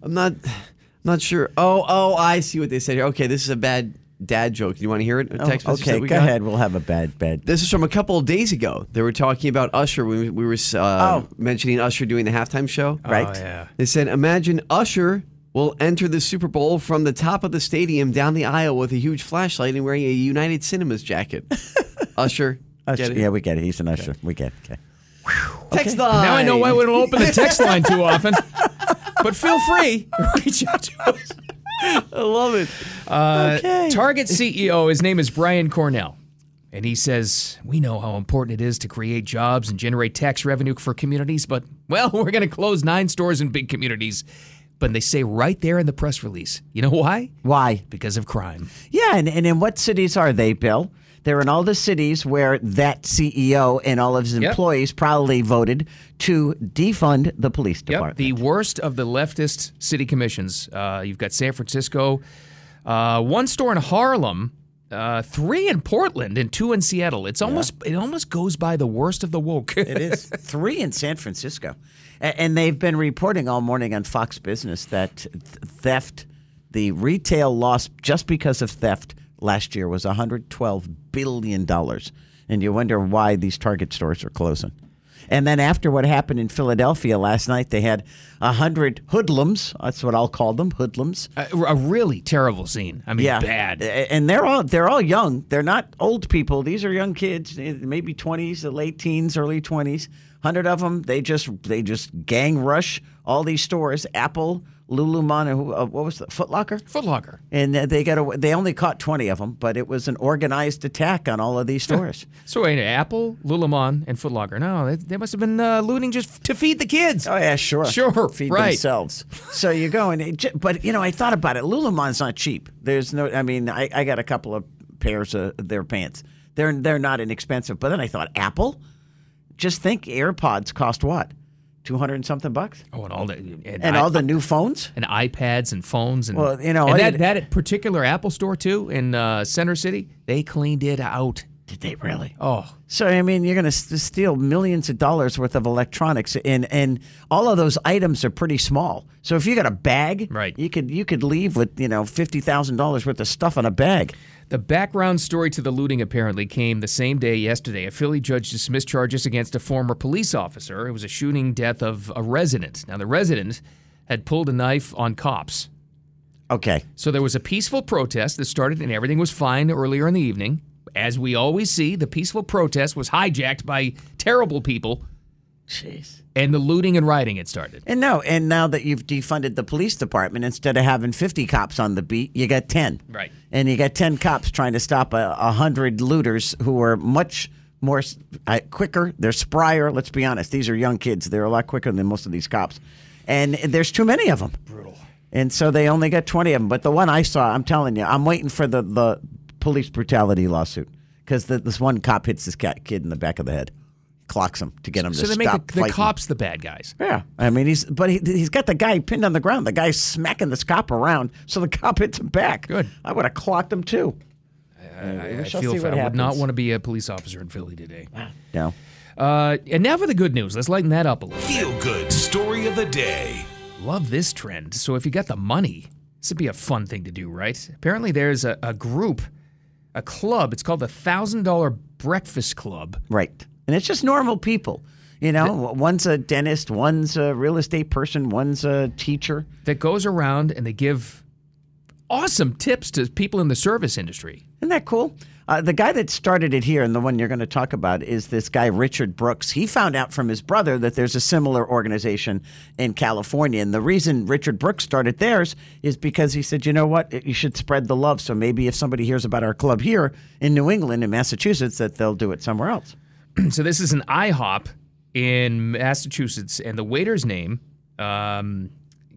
Speaker 9: I'm not I'm not sure. Oh, oh, I see what they said here. Okay, this is a bad dad joke. Do you want to hear it? A text message
Speaker 4: Oh, okay,
Speaker 9: that
Speaker 4: go
Speaker 9: we got?
Speaker 4: ahead. We'll have a bad bad.
Speaker 9: This is from a couple of days ago. They were talking about Usher. We, we were uh,
Speaker 4: Oh.
Speaker 9: mentioning Usher doing the halftime show.
Speaker 4: Right.
Speaker 9: They said, imagine Usher will enter the Super Bowl from the top of the stadium down the aisle with a huge flashlight and wearing a United
Speaker 4: [LAUGHS]
Speaker 9: Cinemas jacket. Usher.
Speaker 4: Usher-
Speaker 9: get it?
Speaker 4: Uh, Yeah, we get it. He's an usher. We get it. Okay.
Speaker 9: Text line.
Speaker 3: Now I know why we don't open the text line too often. But feel free, [LAUGHS] reach out to us.
Speaker 9: I love it.
Speaker 4: okay.
Speaker 3: Target CEO, his name is Brian Cornell. And he says, We know how important it is to create jobs and generate tax revenue for communities, but, well, [LAUGHS] we're going to close nine stores in big communities. But they say right there in the press release, you know why?
Speaker 4: Why?
Speaker 3: Because of crime.
Speaker 4: Yeah, and, and in what cities are they, Bill? They're in all the cities where that CEO and all of his
Speaker 3: Yep.
Speaker 4: employees probably voted to defund the police department.
Speaker 3: The worst of the leftist city commissions. Uh, you've got San Francisco, uh, one store in Harlem, uh, three in Portland, and two in Seattle. It's almost it almost goes by the worst of the woke.
Speaker 4: it is three in San Francisco, A- and they've been reporting all morning on Fox Business that th- theft, the retail loss just because of theft last year was 112 billion dollars, and you wonder why these Target stores are closing. And then after what happened in Philadelphia last night, they had a hundred hoodlums. That's what I'll call them, hoodlums.
Speaker 3: [LAUGHS] A, a really terrible scene. I mean, bad.
Speaker 4: A- And they're all they're all young. They're not old people. These are young kids, eh, maybe twenties, late teens, early twenties. Hundred of them. They just they just gang rush all these stores. Apple, Lululemon, and who- uh, what was the Foot Locker?
Speaker 3: Footlocker.
Speaker 4: And uh, they got away, they only caught twenty of them, but it was an organized attack on all of these stores.
Speaker 3: So wait, Apple, Lululemon, and Footlocker. No, they, they must have been uh, looting just to feed the kids.
Speaker 4: Oh yeah, sure,
Speaker 3: Sure,
Speaker 4: feed
Speaker 3: right.
Speaker 4: themselves. So you go and, it, j- but you know, I thought about it. Lululemon's not cheap. There's no, I mean, I, I got a couple of pairs of their pants. They're they're not inexpensive. But then I thought, Apple, just think, AirPods cost what, two hundred and something bucks,
Speaker 3: Oh, and all the and,
Speaker 4: and
Speaker 3: I-
Speaker 4: all the new phones.
Speaker 3: and iPads and phones and
Speaker 4: Well, you know,
Speaker 3: and
Speaker 4: I
Speaker 3: that,
Speaker 4: didn't-
Speaker 3: that particular Apple store too in uh, Center City, they cleaned it out.
Speaker 4: Did they really?
Speaker 3: Oh,
Speaker 4: So I mean, you're going to steal millions of dollars worth of electronics, and and all of those items are pretty small. So if you got a bag,
Speaker 3: Right.
Speaker 4: you could you could leave with you know fifty thousand dollars worth of stuff in a bag.
Speaker 3: The background story to the looting apparently came the same day yesterday. A Philly judge dismissed charges against a former police officer. It was a shooting death of a resident. Now, the resident had pulled a knife on cops.
Speaker 4: Okay.
Speaker 3: So there was a peaceful protest that started and everything was fine earlier in the evening. As we always see, the peaceful protest was hijacked by terrible people
Speaker 4: Jeez.
Speaker 3: and the looting and rioting had started.
Speaker 4: And no, and now that you've defunded the police department, instead of having 50 cops on the beat, you got 10.
Speaker 3: Right.
Speaker 4: And you got 10 cops trying to stop a, a 100 looters who are much more s- uh, quicker. They're sprier. Let's be honest. These are young kids. They're a lot quicker than most of these cops. And there's too many of them. Brutal. And so they only got 20 of them. But the one I saw, I'm telling you, I'm waiting for the, the police brutality lawsuit because this one cop hits this cat, kid in the back of the head, clocks him to get him
Speaker 3: So
Speaker 4: to
Speaker 3: they make
Speaker 4: stop
Speaker 3: the, the
Speaker 4: fighting.
Speaker 3: cops the bad guys.
Speaker 4: Yeah, I mean he's but he, he's got the guy pinned on the ground. The guy's smacking this cop around, so the [LAUGHS] cop hits him back.
Speaker 3: Good.
Speaker 4: I would have clocked him too.
Speaker 3: I,
Speaker 4: shall
Speaker 3: feel
Speaker 4: see
Speaker 3: for-
Speaker 4: what
Speaker 3: I would not
Speaker 4: happens.
Speaker 3: want to be a police officer in Philly today.
Speaker 4: No.
Speaker 3: Uh, and now for the good news. Let's lighten that up a little.
Speaker 1: Feel good story of the day.
Speaker 3: Love this trend. So if you got the money, this would be a fun thing to do, right? Apparently, there's a, a group, a club. It's called the Thousand Dollar Breakfast Club.
Speaker 4: Right. And it's just normal people. You know, one's a dentist, one's a real estate person, one's a teacher.
Speaker 3: that goes around and they give awesome tips to people in the service industry.
Speaker 4: Isn't that cool? Uh, the guy that started it here and the one you're going to talk about is this guy, Richard Brooks. He found out from his brother that there's a similar organization in California. And the reason Richard Brooks started theirs is because he said, you know what? You should spread the love. So maybe if somebody hears about our club here in New England, in Massachusetts, that they'll do it somewhere else.
Speaker 3: so this is an IHOP in Massachusetts, and the waiter's name, um,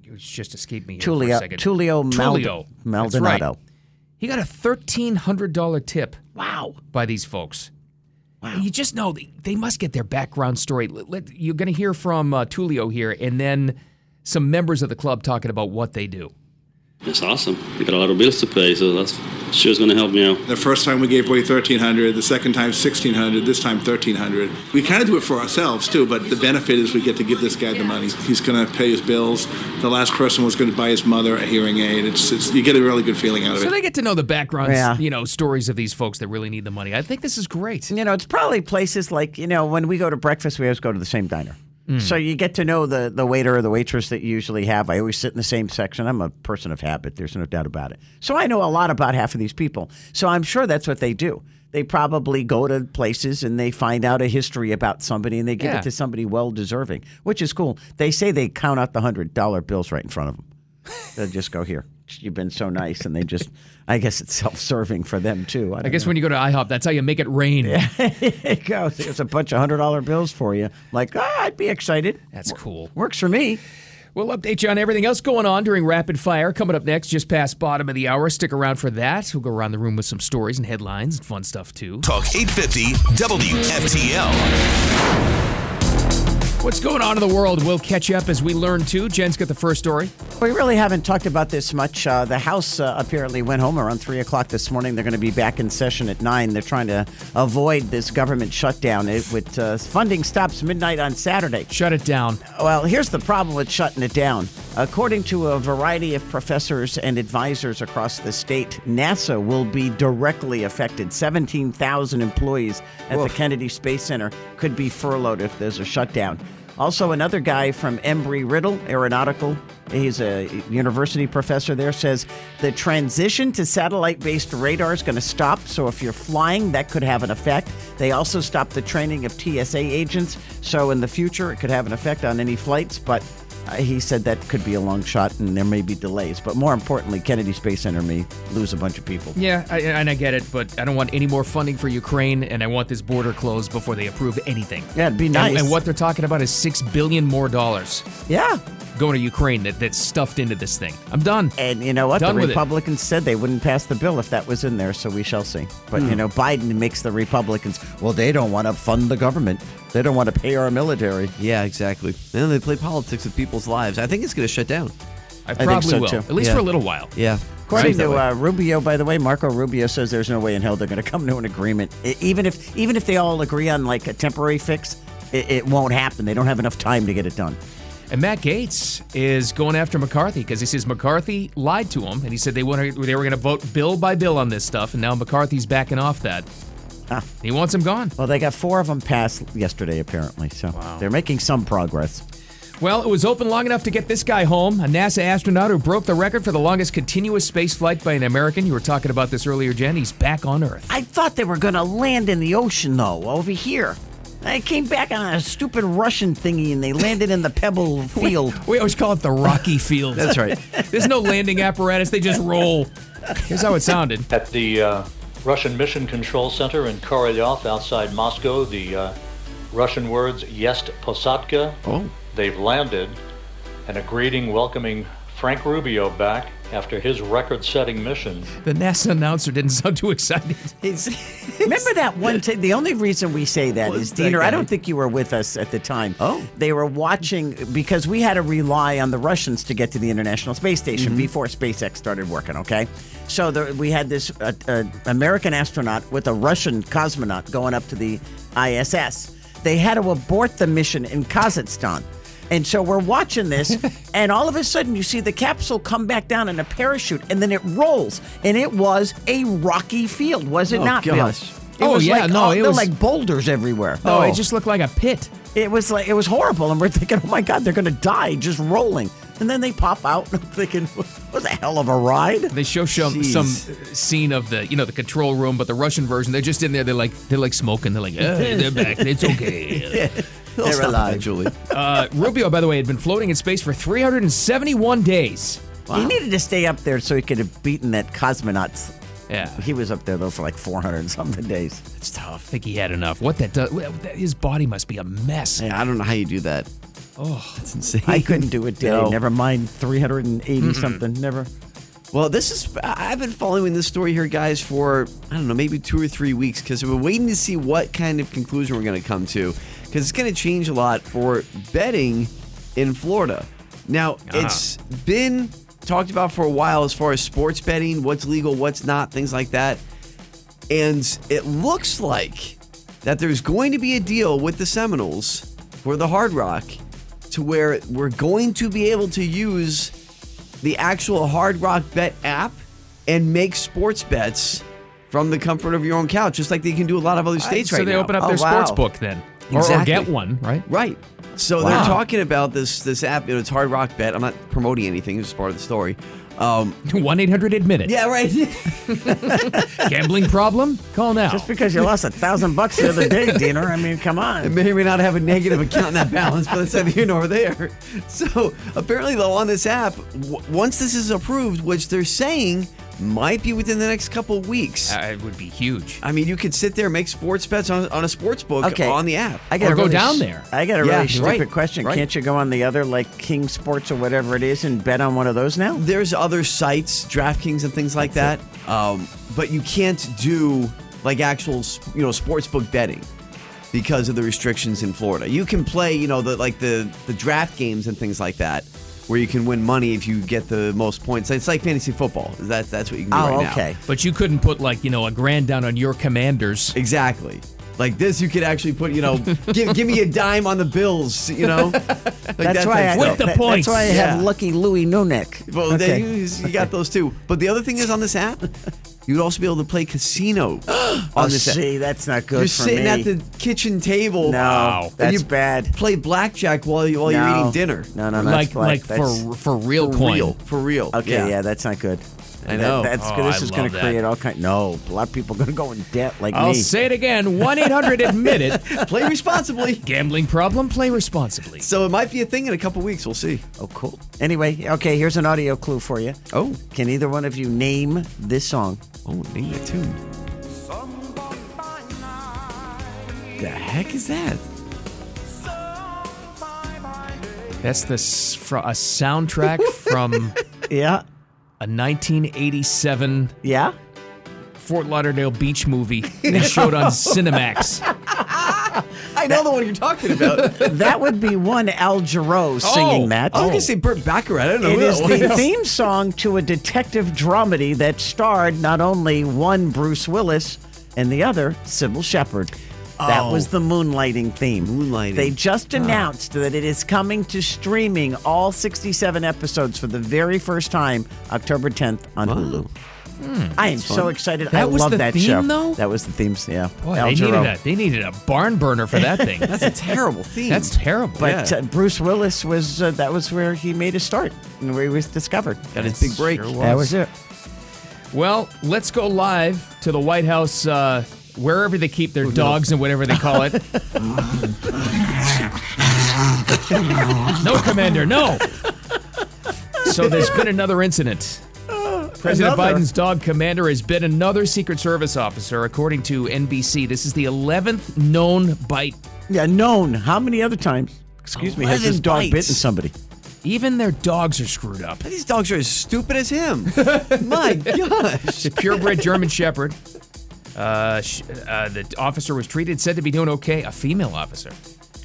Speaker 3: it's just escaped me here for a
Speaker 4: Tulio,
Speaker 3: second.
Speaker 4: Tulio, Mald-
Speaker 3: Tulio. That's right.
Speaker 4: Maldonado.
Speaker 3: He got a thirteen hundred dollar tip. Wow! By these folks. Wow! you just know they, they must get their background story. Let- let- you're going to hear from uh, Tulio here, and then some members of the club talking about what they do.
Speaker 11: It's awesome. I got a lot of bills to pay, so that's sure is going to help me out.
Speaker 12: The first time we gave away 1300, the second time 1600, this time 1300. We kind of do it for ourselves too, but the benefit is we get to give this guy the money. He's going to pay his bills. The last person was going to buy his mother a hearing aid. It's, it's you get a really good feeling out of
Speaker 3: So
Speaker 12: it.
Speaker 3: they get to know the backgrounds,
Speaker 4: Yeah.
Speaker 3: you know, stories of these folks that really need the money. I think this is great.
Speaker 4: You know, it's probably places like, you know, when we go to breakfast, we always go to the same diner.
Speaker 3: Mm.
Speaker 4: So you get to know the, the waiter or the waitress that you usually have. I always sit in the same section. I'm a person of habit. There's no doubt about it. So I know a lot about half of these people. So I'm sure that's what they do. They probably go to places and they find out a history about somebody and they give
Speaker 3: Yeah.
Speaker 4: it to somebody well deserving, which is cool. They say they count out the hundred dollar bills right in front of them. They'll just go here. You've been so nice, and they just. I guess it's self serving for them too. I,
Speaker 3: I guess when you go to IHOP, that's how you make it rain.
Speaker 4: [LAUGHS] it goes. There's a bunch of hundred dollar bills for you. Like, ah, I'd be excited.
Speaker 3: That's cool.
Speaker 4: Works for me.
Speaker 3: We'll update you on everything else going on during Rapid Fire. Coming up next, just past bottom of the hour. Stick around for that. We'll go around the room with some stories and headlines and fun stuff, too.
Speaker 1: Talk 850 WFTL.
Speaker 3: What's going on in the world? We'll catch you up as we learn, too. Jen's got the first story.
Speaker 4: We really haven't talked about this much. Uh, the House uh, apparently went home around three o'clock this morning. They're going to be back in session at nine. They're trying to avoid this government shutdown. It with uh, funding stops midnight on Saturday.
Speaker 3: Shut it down.
Speaker 4: Well, here's the problem with shutting it down. According to a variety of professors and advisors across the state, NASA will be directly affected. 17,000 employees at the Kennedy Space Center could be furloughed if there's a shutdown. Also, another guy from Embry Riddle Aeronautical, he's a university professor there, says the transition to satellite based radar is going to stop. So, if you're flying, that could have an effect. They also stopped the training of TSA agents. So, in the future, it could have an effect on any flights. But uh, he said that could be a long shot and there may be delays. But more importantly, Kennedy Space Center may lose a bunch of people.
Speaker 3: Yeah, I, and I get it, but I don't want any more funding for Ukraine, and I want this border closed before they approve anything.
Speaker 4: Yeah, it'd be
Speaker 3: And-
Speaker 4: nice.
Speaker 3: And, what they're talking about is six billion more dollars.
Speaker 4: Yeah,
Speaker 3: going to Ukraine that, that's stuffed into this thing. I'm done.
Speaker 4: And you know what?
Speaker 3: Done
Speaker 4: the
Speaker 3: with it.
Speaker 4: Republicans said they wouldn't pass the bill if that was in there, so we shall see. But you
Speaker 3: Hmm.
Speaker 4: know, Biden makes the Republicans well, they don't want to fund the government. They don't want to pay our military.
Speaker 9: Yeah, exactly. And then they play politics with people's lives. I think it's going to shut down.
Speaker 3: I think probably so, will. too. At least for a little while.
Speaker 9: Yeah.
Speaker 4: According
Speaker 9: Seems that
Speaker 4: to
Speaker 9: way.
Speaker 4: uh, Rubio, by the way, Marco Rubio says there's no way in hell they're going to come to an agreement. E- Even if even if they all agree on like a temporary fix, it, it won't happen. They don't have enough time to get it done.
Speaker 3: And Matt Gates is going after McCarthy because he says McCarthy lied to him, and he said they wanted, they were going to vote bill by bill on this stuff, and now McCarthy's backing off that. He wants him gone.
Speaker 4: Well, they got four of them passed yesterday, apparently. So they're making some progress.
Speaker 3: Well, it was open long enough to get this guy home, a NASA astronaut who broke the record for the longest continuous space flight by an American. You were talking about this earlier, Jen. He's back on Earth.
Speaker 4: I thought they were going to land in the ocean, though, over here. I came back on a stupid Russian thingy and they landed in the pebble field.
Speaker 3: We always call it the
Speaker 9: [LAUGHS]
Speaker 3: rocky field.
Speaker 9: That's right.
Speaker 3: [LAUGHS] There's no landing apparatus, they just roll. Here's how it sounded.
Speaker 13: At the uh, Russian Mission Control Center in Korolyov outside Moscow, the uh, Russian words Yest Posadka.
Speaker 9: Oh. [LAUGHS]
Speaker 13: They've landed and a greeting welcoming Frank Rubio back after his record setting mission.
Speaker 3: The NASA announcer didn't sound too excited.
Speaker 4: Remember that one time? The only reason we say that is,
Speaker 3: that
Speaker 4: Diener, I
Speaker 3: guy?
Speaker 4: don't think you were with us at the time. Oh. They were watching because we had to rely on the Russians to get to the International Space Station
Speaker 14: Mhm.
Speaker 3: Mm-hmm.
Speaker 4: before SpaceX started working, okay? So there, we had this uh, uh, American astronaut with a Russian cosmonaut going up to the ISS. They had to abort the mission in Kazakhstan. And so we're
Speaker 3: [LAUGHS]
Speaker 4: watching this, and all of a sudden you see the capsule come back down in a parachute, and then it rolls. And it was a rocky field, was it
Speaker 3: Oh,
Speaker 4: not, Bill?
Speaker 3: gosh.
Speaker 4: It
Speaker 3: Oh,
Speaker 4: was
Speaker 3: yeah,
Speaker 4: like,
Speaker 3: no,
Speaker 4: all-
Speaker 3: it
Speaker 4: they're
Speaker 3: was-
Speaker 4: like boulders everywhere.
Speaker 3: No, Oh, it just looked like a pit.
Speaker 4: It was like it was horrible, and we're thinking, oh my god, they're gonna die just rolling. And then they pop out, [LAUGHS] and I'm thinking, what the hell of a ride?
Speaker 3: They show some,
Speaker 4: Jeez.
Speaker 3: some scene of the you know the control room, but the Russian version. They're just in there. They're like they're like smoking. They're like "Hey,
Speaker 9: [LAUGHS]
Speaker 3: they're back. It's okay.
Speaker 9: They'll
Speaker 3: They're
Speaker 9: stop
Speaker 3: alive.
Speaker 4: [LAUGHS]
Speaker 9: eventually.
Speaker 3: Uh, Rubio, by the way, had been floating in space for 371 days.
Speaker 4: He needed to stay up there so he could have beaten that cosmonauts.
Speaker 3: Yeah,
Speaker 4: he was up there though for like 400 and something days.
Speaker 3: It's tough. I think he had enough. What that does? well, that- His body must be a mess.
Speaker 9: I don't know how you do that.
Speaker 3: Oh,
Speaker 9: that's insane.
Speaker 4: I couldn't do it, day.
Speaker 9: No.
Speaker 4: Never mind 380
Speaker 9: Mm-mm.
Speaker 4: something. Never.
Speaker 9: Well, this is. I- I've been following this story here, guys, for, I don't know, maybe two or three weeks because we're waiting to see what kind of conclusion we're going to come to because it's going to change a lot for betting in Florida. Now,
Speaker 15: Ah.
Speaker 9: it's been talked about for a while as far as sports betting, what's legal, what's not, things like that. And it looks like that there's going to be a deal with the Seminoles for the Hard Rock to where we're going to be able to use the actual Hard Rock Bet app and make sports bets from the comfort of your own couch, just like they can do a lot of other states
Speaker 3: so
Speaker 9: right
Speaker 3: they
Speaker 9: now. Oh,
Speaker 3: open up their sports book then, or, or
Speaker 9: Exactly.
Speaker 3: get one, right?
Speaker 9: Right. So
Speaker 3: Wow.
Speaker 9: they're talking about this this app. You know, it's Hard Rock Bet. I'm not promoting anything. It's just part of the story. Um,
Speaker 3: [LAUGHS] One eight hundred admit it.
Speaker 9: [LAUGHS] Yeah, right. [LAUGHS]
Speaker 3: Gambling problem? Call now.
Speaker 4: Just because you lost a thousand bucks the
Speaker 3: [LAUGHS]
Speaker 4: other day, Diener. I mean, come on.
Speaker 9: It may or may not have a negative account in that balance, but it's neither here nor there. So apparently, though, on this app, w- once this is approved, which they're saying might be within the next couple weeks.
Speaker 3: Uh, it would be huge.
Speaker 9: I mean, you could sit there and make sports bets on, on a sports book
Speaker 4: Okay.
Speaker 9: on the app.
Speaker 4: I got a really s- I got a
Speaker 9: Yeah,
Speaker 4: really stupid
Speaker 9: right,
Speaker 4: question.
Speaker 9: right.
Speaker 4: Can't you go on the other like King Sports or whatever it is and bet on one of those now?
Speaker 9: There's other sites, DraftKings and things like that. Um, but you can't do like actual, s- you know, sportsbook betting because of the restrictions in Florida. You can play, you know, the like the the draft games and things like that, where you can win money if you get the most points. It's like fantasy football. That's that's what you can
Speaker 4: Oh,
Speaker 9: do right now.
Speaker 3: But you couldn't put like you know a grand down on your commanders.
Speaker 4: [LAUGHS]
Speaker 9: [LAUGHS] Exactly. Like this, you could actually put, you know, give, give me a dime on the Bills, you know?
Speaker 4: That's why I, that- That's why I have Lucky Louie Nunick.
Speaker 9: Well,
Speaker 4: Okay.
Speaker 9: then you, you got those two. But the other thing is on this app, you'd also be able to play casino on
Speaker 4: [GASPS] Oh,
Speaker 9: this app.
Speaker 4: see, that's not good
Speaker 9: You're
Speaker 4: for
Speaker 9: sitting
Speaker 4: me.
Speaker 9: at the kitchen table.
Speaker 4: No,
Speaker 9: and
Speaker 4: that's
Speaker 9: you
Speaker 4: bad.
Speaker 9: Play blackjack while you while you're
Speaker 4: No.
Speaker 9: eating dinner.
Speaker 4: No, no, no. that's that's-
Speaker 9: for real, for real.
Speaker 4: Okay, yeah. that's not good.
Speaker 9: I
Speaker 4: That-
Speaker 9: know.
Speaker 4: that's
Speaker 9: Oh,
Speaker 4: this
Speaker 9: I
Speaker 4: is going
Speaker 9: love
Speaker 4: to
Speaker 9: that.
Speaker 4: create all kind. No, a lot of people are going to go in debt like
Speaker 3: I'll
Speaker 4: me.
Speaker 3: say it again 1 800 admit it.
Speaker 9: Play responsibly. [LAUGHS]
Speaker 3: Gambling problem? Play responsibly.
Speaker 9: So it might be a thing in a couple weeks. We'll see.
Speaker 4: Oh, cool. Anyway, okay, here's an audio clue for you.
Speaker 9: Oh,
Speaker 4: can either one of you name this song?
Speaker 9: Oh, name that tune. The heck is that?
Speaker 3: That's the s- fro- a soundtrack from
Speaker 4: yeah
Speaker 3: a 1987
Speaker 4: yeah
Speaker 3: Fort Lauderdale beach movie that showed on Cinemax.
Speaker 9: I know the one
Speaker 4: [LAUGHS]
Speaker 9: you're talking about.
Speaker 4: that would be one Al
Speaker 3: Oh.
Speaker 4: Jarreau singing that.
Speaker 9: I was gonna say Burt Bacharach. I don't know.
Speaker 4: It
Speaker 9: who
Speaker 4: is
Speaker 9: that
Speaker 4: the
Speaker 9: was.
Speaker 4: theme song to a detective dramedy that starred not only one Bruce Willis and the other Sybil Shepherd. That
Speaker 9: Oh.
Speaker 4: was the moonlighting theme.
Speaker 9: Moonlighting.
Speaker 4: They just
Speaker 9: Ah.
Speaker 4: announced that it is coming to streaming all 67 episodes for the very first time, October 10th on Hulu. I am
Speaker 3: That's fun.
Speaker 4: so excited.
Speaker 3: That
Speaker 4: I
Speaker 3: was
Speaker 4: love
Speaker 3: the
Speaker 4: that
Speaker 3: theme,
Speaker 4: show.
Speaker 3: though?
Speaker 4: That was the theme. Yeah.
Speaker 3: Boy,
Speaker 4: Al
Speaker 3: they
Speaker 4: Jarreau.
Speaker 3: needed, a, they needed a barn burner for that thing.
Speaker 9: That's a terrible theme.
Speaker 3: That's terrible.
Speaker 4: But
Speaker 3: yeah.
Speaker 4: uh, Bruce Willis was uh, that was where he made his start and where he was discovered.
Speaker 9: Got his big break.
Speaker 3: Sure
Speaker 4: That was it.
Speaker 3: Well, let's go live to the White House, uh, wherever they keep their dogs and whatever they call it. no, Commander, no. So there's been another incident. President
Speaker 4: Another.
Speaker 3: Biden's dog commander has been another Secret Service officer, according to NBC. This is the 11th known bite.
Speaker 4: Yeah, known. How many other times? Excuse me. Has this
Speaker 9: 11
Speaker 4: dog
Speaker 9: bites.
Speaker 4: bitten somebody?
Speaker 3: Even their dogs are screwed up.
Speaker 9: These dogs are as stupid as him. [LAUGHS] My gosh.
Speaker 3: It's a purebred
Speaker 4: [LAUGHS]
Speaker 3: German Shepherd. Uh, sh- uh, the officer was treated, said to be doing okay. A female officer.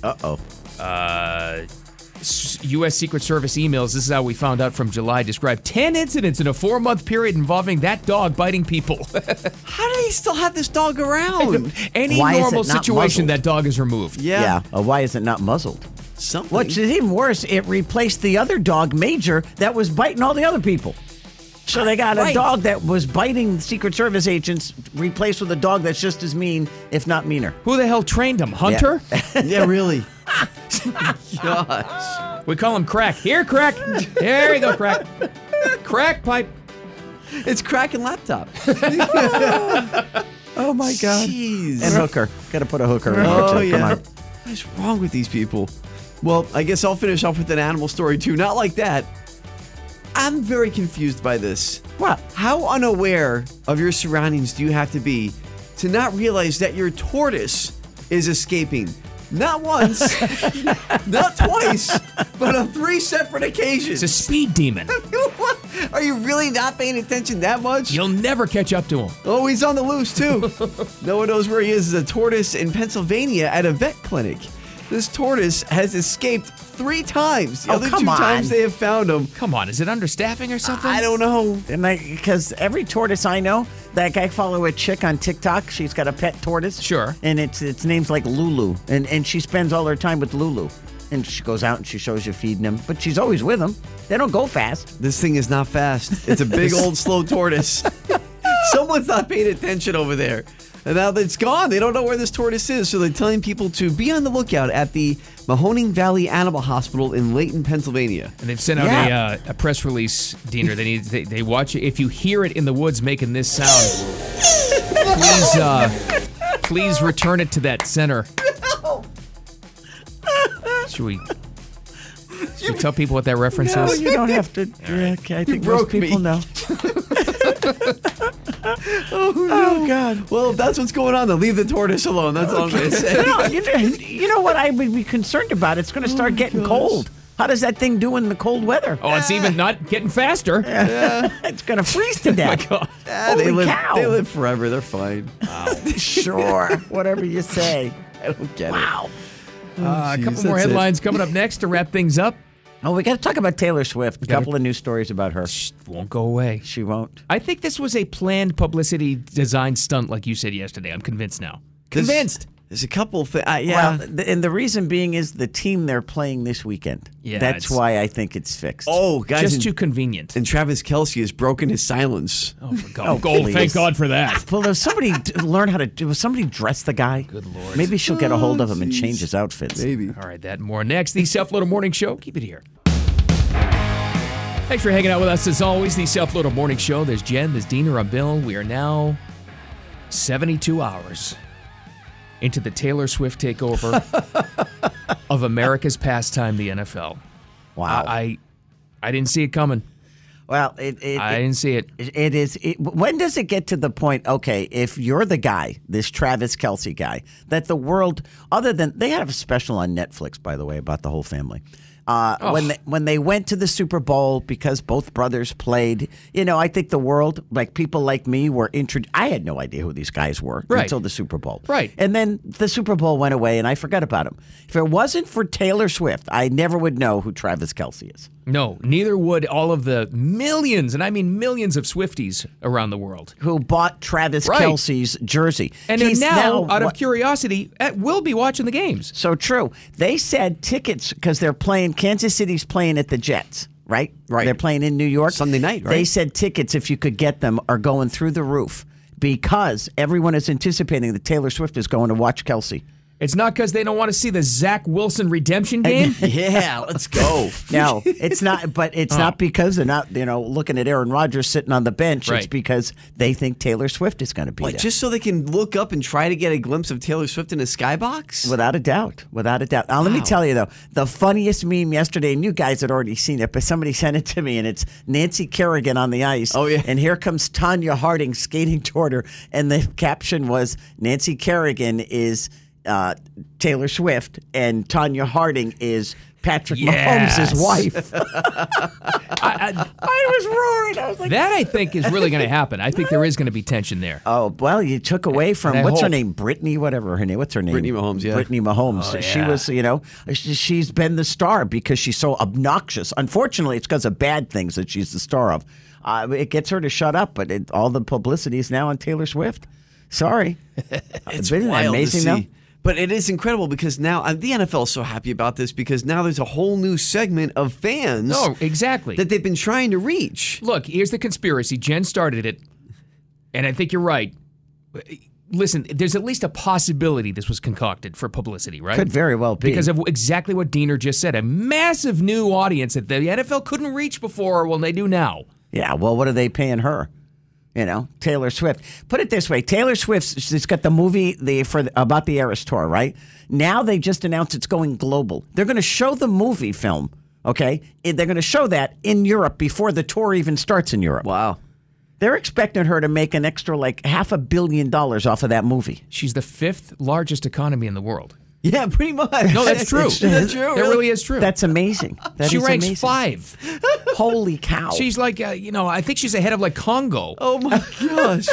Speaker 4: Uh oh.
Speaker 3: Uh, s- U.S. Secret Service emails. This is how we found out from July. Described ten incidents in a four-month period involving that dog biting people.
Speaker 9: How do they still have this dog around?
Speaker 3: [LAUGHS] Any
Speaker 4: Why is it
Speaker 3: normal
Speaker 4: not
Speaker 3: situation,
Speaker 4: muzzled?
Speaker 3: that dog is removed.
Speaker 9: Yeah.
Speaker 4: Uh, why is it not muzzled?
Speaker 9: Something.
Speaker 4: What's even worse, it replaced the other dog, Major, that was biting all the other people. So they got
Speaker 9: Right.
Speaker 4: a dog that was biting Secret Service agents, replaced with a dog that's just as mean, if not meaner.
Speaker 3: Who the hell trained him, Hunter?
Speaker 9: [LAUGHS] yeah, really. [LAUGHS] gosh.
Speaker 3: we call him Crack. Here, Crack. There you go, Crack. Crack pipe.
Speaker 9: It's cracking [LAUGHS] laptop.
Speaker 4: Oh my
Speaker 9: Jeez.
Speaker 4: And hooker. Got to put a hooker in there,
Speaker 9: [LAUGHS] Oh,
Speaker 4: too. Come
Speaker 9: yeah.
Speaker 4: on.
Speaker 9: What's wrong with these people? Well, I guess I'll finish off with an animal story too. Not like that. I'm very confused by this.
Speaker 4: What?
Speaker 9: How unaware of your surroundings do you have to be to not realize that your tortoise is escaping?
Speaker 4: [LAUGHS]
Speaker 9: Not once, not twice, but on three separate occasions.
Speaker 3: It's a speed demon.
Speaker 9: [LAUGHS] What? Are you really not paying attention that much?
Speaker 3: You'll never catch up to him.
Speaker 9: Oh, he's on the loose
Speaker 4: [LAUGHS]
Speaker 9: too. no one knows where he is. Is a tortoise in Pennsylvania at a vet clinic. This tortoise has escaped three times. The
Speaker 4: Oh,
Speaker 9: other
Speaker 4: come
Speaker 9: two
Speaker 4: on.
Speaker 9: times they have found him.
Speaker 3: Come on, is it understaffing or something?
Speaker 9: I don't know.
Speaker 4: And I, because every tortoise I know, like I follow a chick on TikTok. She's got a pet tortoise.
Speaker 3: Sure.
Speaker 4: And it's its name's like Lulu, and and she spends all her time with Lulu, and she goes out and she shows you feeding him, but she's always with him. They don't go [LAUGHS] fast.
Speaker 9: This thing is not fast. It's
Speaker 4: [LAUGHS]
Speaker 9: a big old slow tortoise. Someone's not paying attention over there. And now that it's gone, they don't know where this tortoise is. So they're telling people to be on the lookout at the Mahoning Valley Animal Hospital in Layton, Pennsylvania.
Speaker 3: And they've sent out
Speaker 4: Yeah.
Speaker 3: a, uh, a press release, Diener. They need they, they watch it. If you hear it in the woods making this sound, please uh, please return it to that center. Should we? Should we tell people what that reference
Speaker 4: No,
Speaker 3: is?
Speaker 4: you don't [LAUGHS] have to. Yeah, okay, I think most
Speaker 9: broke me.
Speaker 4: people know.
Speaker 9: Oh, God. [LAUGHS] Well, if that's what's going on, then leave the tortoise alone. That's all I'm going
Speaker 4: [LAUGHS]
Speaker 9: to
Speaker 4: [LAUGHS]
Speaker 9: say.
Speaker 4: No, you, you know what I would be concerned about? It's going to start getting cold. How does that thing do in the cold weather?
Speaker 3: Oh, it's even not getting faster. [LAUGHS]
Speaker 4: It's going to freeze
Speaker 9: [LAUGHS] Oh
Speaker 4: to death.
Speaker 9: Ah, they
Speaker 4: Holy
Speaker 9: live,
Speaker 4: cow.
Speaker 9: They live forever. They're fine. [LAUGHS] Oh,
Speaker 4: Sure, whatever you say.
Speaker 9: I don't get
Speaker 4: Wow.
Speaker 3: Uh, a
Speaker 9: Jeez,
Speaker 3: couple more
Speaker 9: that's it.
Speaker 3: headlines coming up next to wrap things up.
Speaker 4: Oh, we got to talk about Taylor Swift. A
Speaker 3: gotta-
Speaker 4: couple of news stories about her.
Speaker 3: Shh, won't go away.
Speaker 4: She won't.
Speaker 3: I think this was a planned publicity design stunt, like you said yesterday. I'm convinced now.
Speaker 9: it. This-
Speaker 3: Convinced.
Speaker 9: This, There's a couple things. yeah.
Speaker 4: Well, th- and the reason being is the team they're playing this weekend.
Speaker 9: Yeah,
Speaker 4: that's
Speaker 9: it's-
Speaker 4: why I think it's fixed.
Speaker 9: Oh, guys,
Speaker 4: Just
Speaker 9: too
Speaker 3: convenient.
Speaker 9: And Travis Kelsey has broken his silence. [LAUGHS]
Speaker 4: [LAUGHS]
Speaker 9: Oh, for
Speaker 4: God- Oh, thank please. God
Speaker 3: for that.
Speaker 4: Well, does somebody d- [LAUGHS] learn how to? do- Will somebody dress the guy? Good lord. Maybe she'll get a hold of him and change his outfits.
Speaker 9: Maybe.
Speaker 3: [LAUGHS] All right, that and more next. The South Florida Morning Show. Keep it here. Thanks for hanging out with us as always. The South Florida Morning Show. There's Jen, there's Dina, I'm Bill. We are now 72 hours into the Taylor Swift
Speaker 4: [LAUGHS]
Speaker 3: takeover of America's pastime, the NFL.
Speaker 4: Wow.
Speaker 3: I, I, I didn't see it coming.
Speaker 4: Well, it, it
Speaker 3: I didn't see it.
Speaker 4: It is. It, when does it get to the point? Okay, if you're the guy, this Travis Kelsey guy, that the world, other than they had a special on Netflix, by the way, about the whole family. Uh,
Speaker 14: Oh.
Speaker 4: When they, when they went to the Super Bowl because both brothers played, you know, I think the world, like people like me, were introduced. I had no idea who these guys were
Speaker 14: Right.
Speaker 4: until the Super Bowl,
Speaker 14: Right.
Speaker 4: And then the Super Bowl went away, and I forgot about him. If it wasn't for Taylor Swift, I never would know who Travis Kelsey is.
Speaker 3: No, neither would all of the millions, and I mean millions of Swifties around the world.
Speaker 4: Who bought Travis
Speaker 3: Right.
Speaker 4: Kelsey's jersey.
Speaker 3: And then now, out of
Speaker 4: what-
Speaker 3: curiosity, at, will be watching the games.
Speaker 4: So true. They said tickets because they're playing, Kansas City's playing at the Jets, right? Right. They're playing in New York. Sunday night,
Speaker 9: right?
Speaker 4: They said tickets, if you could get them, are going through the roof because everyone is anticipating that Taylor Swift is going to watch Kelsey.
Speaker 3: It's not because they don't want to see the Zach Wilson redemption
Speaker 9: [LAUGHS]
Speaker 3: game.
Speaker 4: yeah, let's go. No, it's not. But it's
Speaker 3: Oh.
Speaker 4: not because they're not, you know, looking at Aaron Rodgers sitting on the bench. It's
Speaker 9: Right.
Speaker 4: because they think Taylor Swift is going to be
Speaker 9: Like,
Speaker 4: there.
Speaker 9: just so they can look up and try to get a glimpse of Taylor Swift in a skybox?
Speaker 4: Without a doubt. Without a doubt. Now, let me tell you, though, the funniest meme yesterday, and you guys had already seen it, but somebody [LAUGHS] sent it to me, and it's Nancy Kerrigan on the ice. Oh, yeah. And here comes Tanya Harding skating [LAUGHS] toward her. And the caption was Nancy Kerrigan is uh, Taylor Swift, and Tanya Harding is Patrick
Speaker 3: Yes.
Speaker 4: Mahomes' wife. [LAUGHS]
Speaker 3: I,
Speaker 4: I was roaring. I was
Speaker 3: I,
Speaker 4: like,
Speaker 3: that I think is really going to happen. I think there is going to be tension there.
Speaker 4: Oh well, you took away from
Speaker 3: I
Speaker 4: what's her
Speaker 3: hope.
Speaker 4: name, Brittany, whatever her name. What's her name?
Speaker 9: Brittany Mahomes, yeah.
Speaker 4: Brittany Mahomes.
Speaker 9: Oh,
Speaker 4: She
Speaker 9: yeah.
Speaker 4: was, you know, she- she's been the star because she's so obnoxious. Unfortunately, it's because of bad things that she's the star of. Uh, it gets her to shut up, but it, all the publicity is now on Taylor Swift. Sorry,
Speaker 9: It's
Speaker 4: Isn't it
Speaker 9: wild
Speaker 4: amazing,
Speaker 9: to see.
Speaker 4: though?
Speaker 9: But it is incredible because now uh, the NFL is so happy about this because now there's a whole new segment of fans.
Speaker 3: No, exactly.
Speaker 9: That they've been trying to reach.
Speaker 3: Look, here's the conspiracy. Jen started it, and I think you're right. Listen, there's at least a possibility this was concocted for publicity, right?
Speaker 4: Could very well be.
Speaker 3: Because of exactly what Diener just said a massive new audience that the NFL couldn't reach before, well, they do now.
Speaker 4: Yeah, well, what are they paying her? You know, Taylor Swift. Put it this way: Taylor Swift. She's got the movie the for the, about the Eras tour, right? Now they just announced it's going global. They're going to show the movie film. Okay, And they're going to show that in Europe before the tour even starts in Europe.
Speaker 9: Wow.
Speaker 4: They're expecting her to make an extra like half a billion dollars off of that movie.
Speaker 3: She's the fifth largest economy in the world.
Speaker 9: Yeah, pretty much.
Speaker 3: No, that's true.
Speaker 9: that's true.
Speaker 3: That really is true. [LAUGHS]
Speaker 4: That's amazing. That
Speaker 3: she
Speaker 4: is
Speaker 3: ranks
Speaker 4: amazing.
Speaker 3: five.
Speaker 4: Holy
Speaker 3: [LAUGHS]
Speaker 4: cow!
Speaker 3: She's like, uh, you know, I think she's ahead of like Congo.
Speaker 9: Oh my gosh,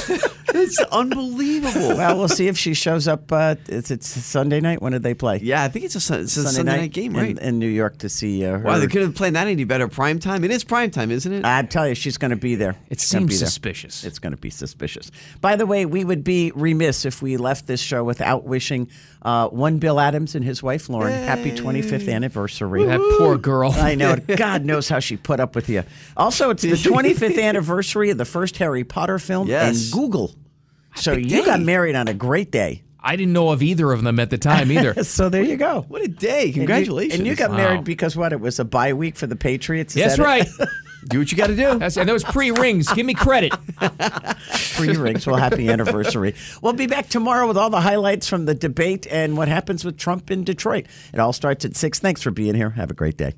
Speaker 9: it's unbelievable.
Speaker 4: well, we'll see if she shows up. Uh, it's, it's Sunday night. When did they play?
Speaker 9: Yeah, I think it's a, Sun- it's a Sunday, night, game,
Speaker 4: in-
Speaker 9: right?
Speaker 4: In, New York to see uh, her.
Speaker 9: wow, they could have planned that any better. Prime time. It is prime time, isn't it?
Speaker 4: I tell you, she's going to be there.
Speaker 3: It
Speaker 4: She's gonna
Speaker 3: seems
Speaker 4: be there.
Speaker 3: suspicious.
Speaker 4: It's going to be suspicious. By the way, we would be remiss if we left this show without wishing uh, one Bill Adams and his wife Lauren happy 25th anniversary.
Speaker 3: That poor girl.
Speaker 4: [LAUGHS] I know. God knows how she put up with you. Also,
Speaker 9: [LAUGHS]
Speaker 4: it's the 25th anniversary of the first Harry Potter film
Speaker 3: Yes.
Speaker 4: and Google. So
Speaker 3: Happy
Speaker 4: you
Speaker 3: day.
Speaker 4: got married on a great day.
Speaker 3: [LAUGHS] I didn't know of either of them at the time either.
Speaker 4: so there you go.
Speaker 9: What a day!
Speaker 4: And you-
Speaker 9: Congratulations.
Speaker 4: And you, got
Speaker 3: Wow.
Speaker 4: married because what? It was a bye week for the Patriots. Is
Speaker 3: That's
Speaker 4: that it? [LAUGHS]
Speaker 3: right.
Speaker 9: do what you got to do.
Speaker 3: That's, and those pre rings. Give me credit.
Speaker 4: Free rings. Well, happy anniversary. We'll be back tomorrow with all the highlights from the debate and what happens with Trump in Detroit. It all starts at 6. Thanks for being here. Have a great day.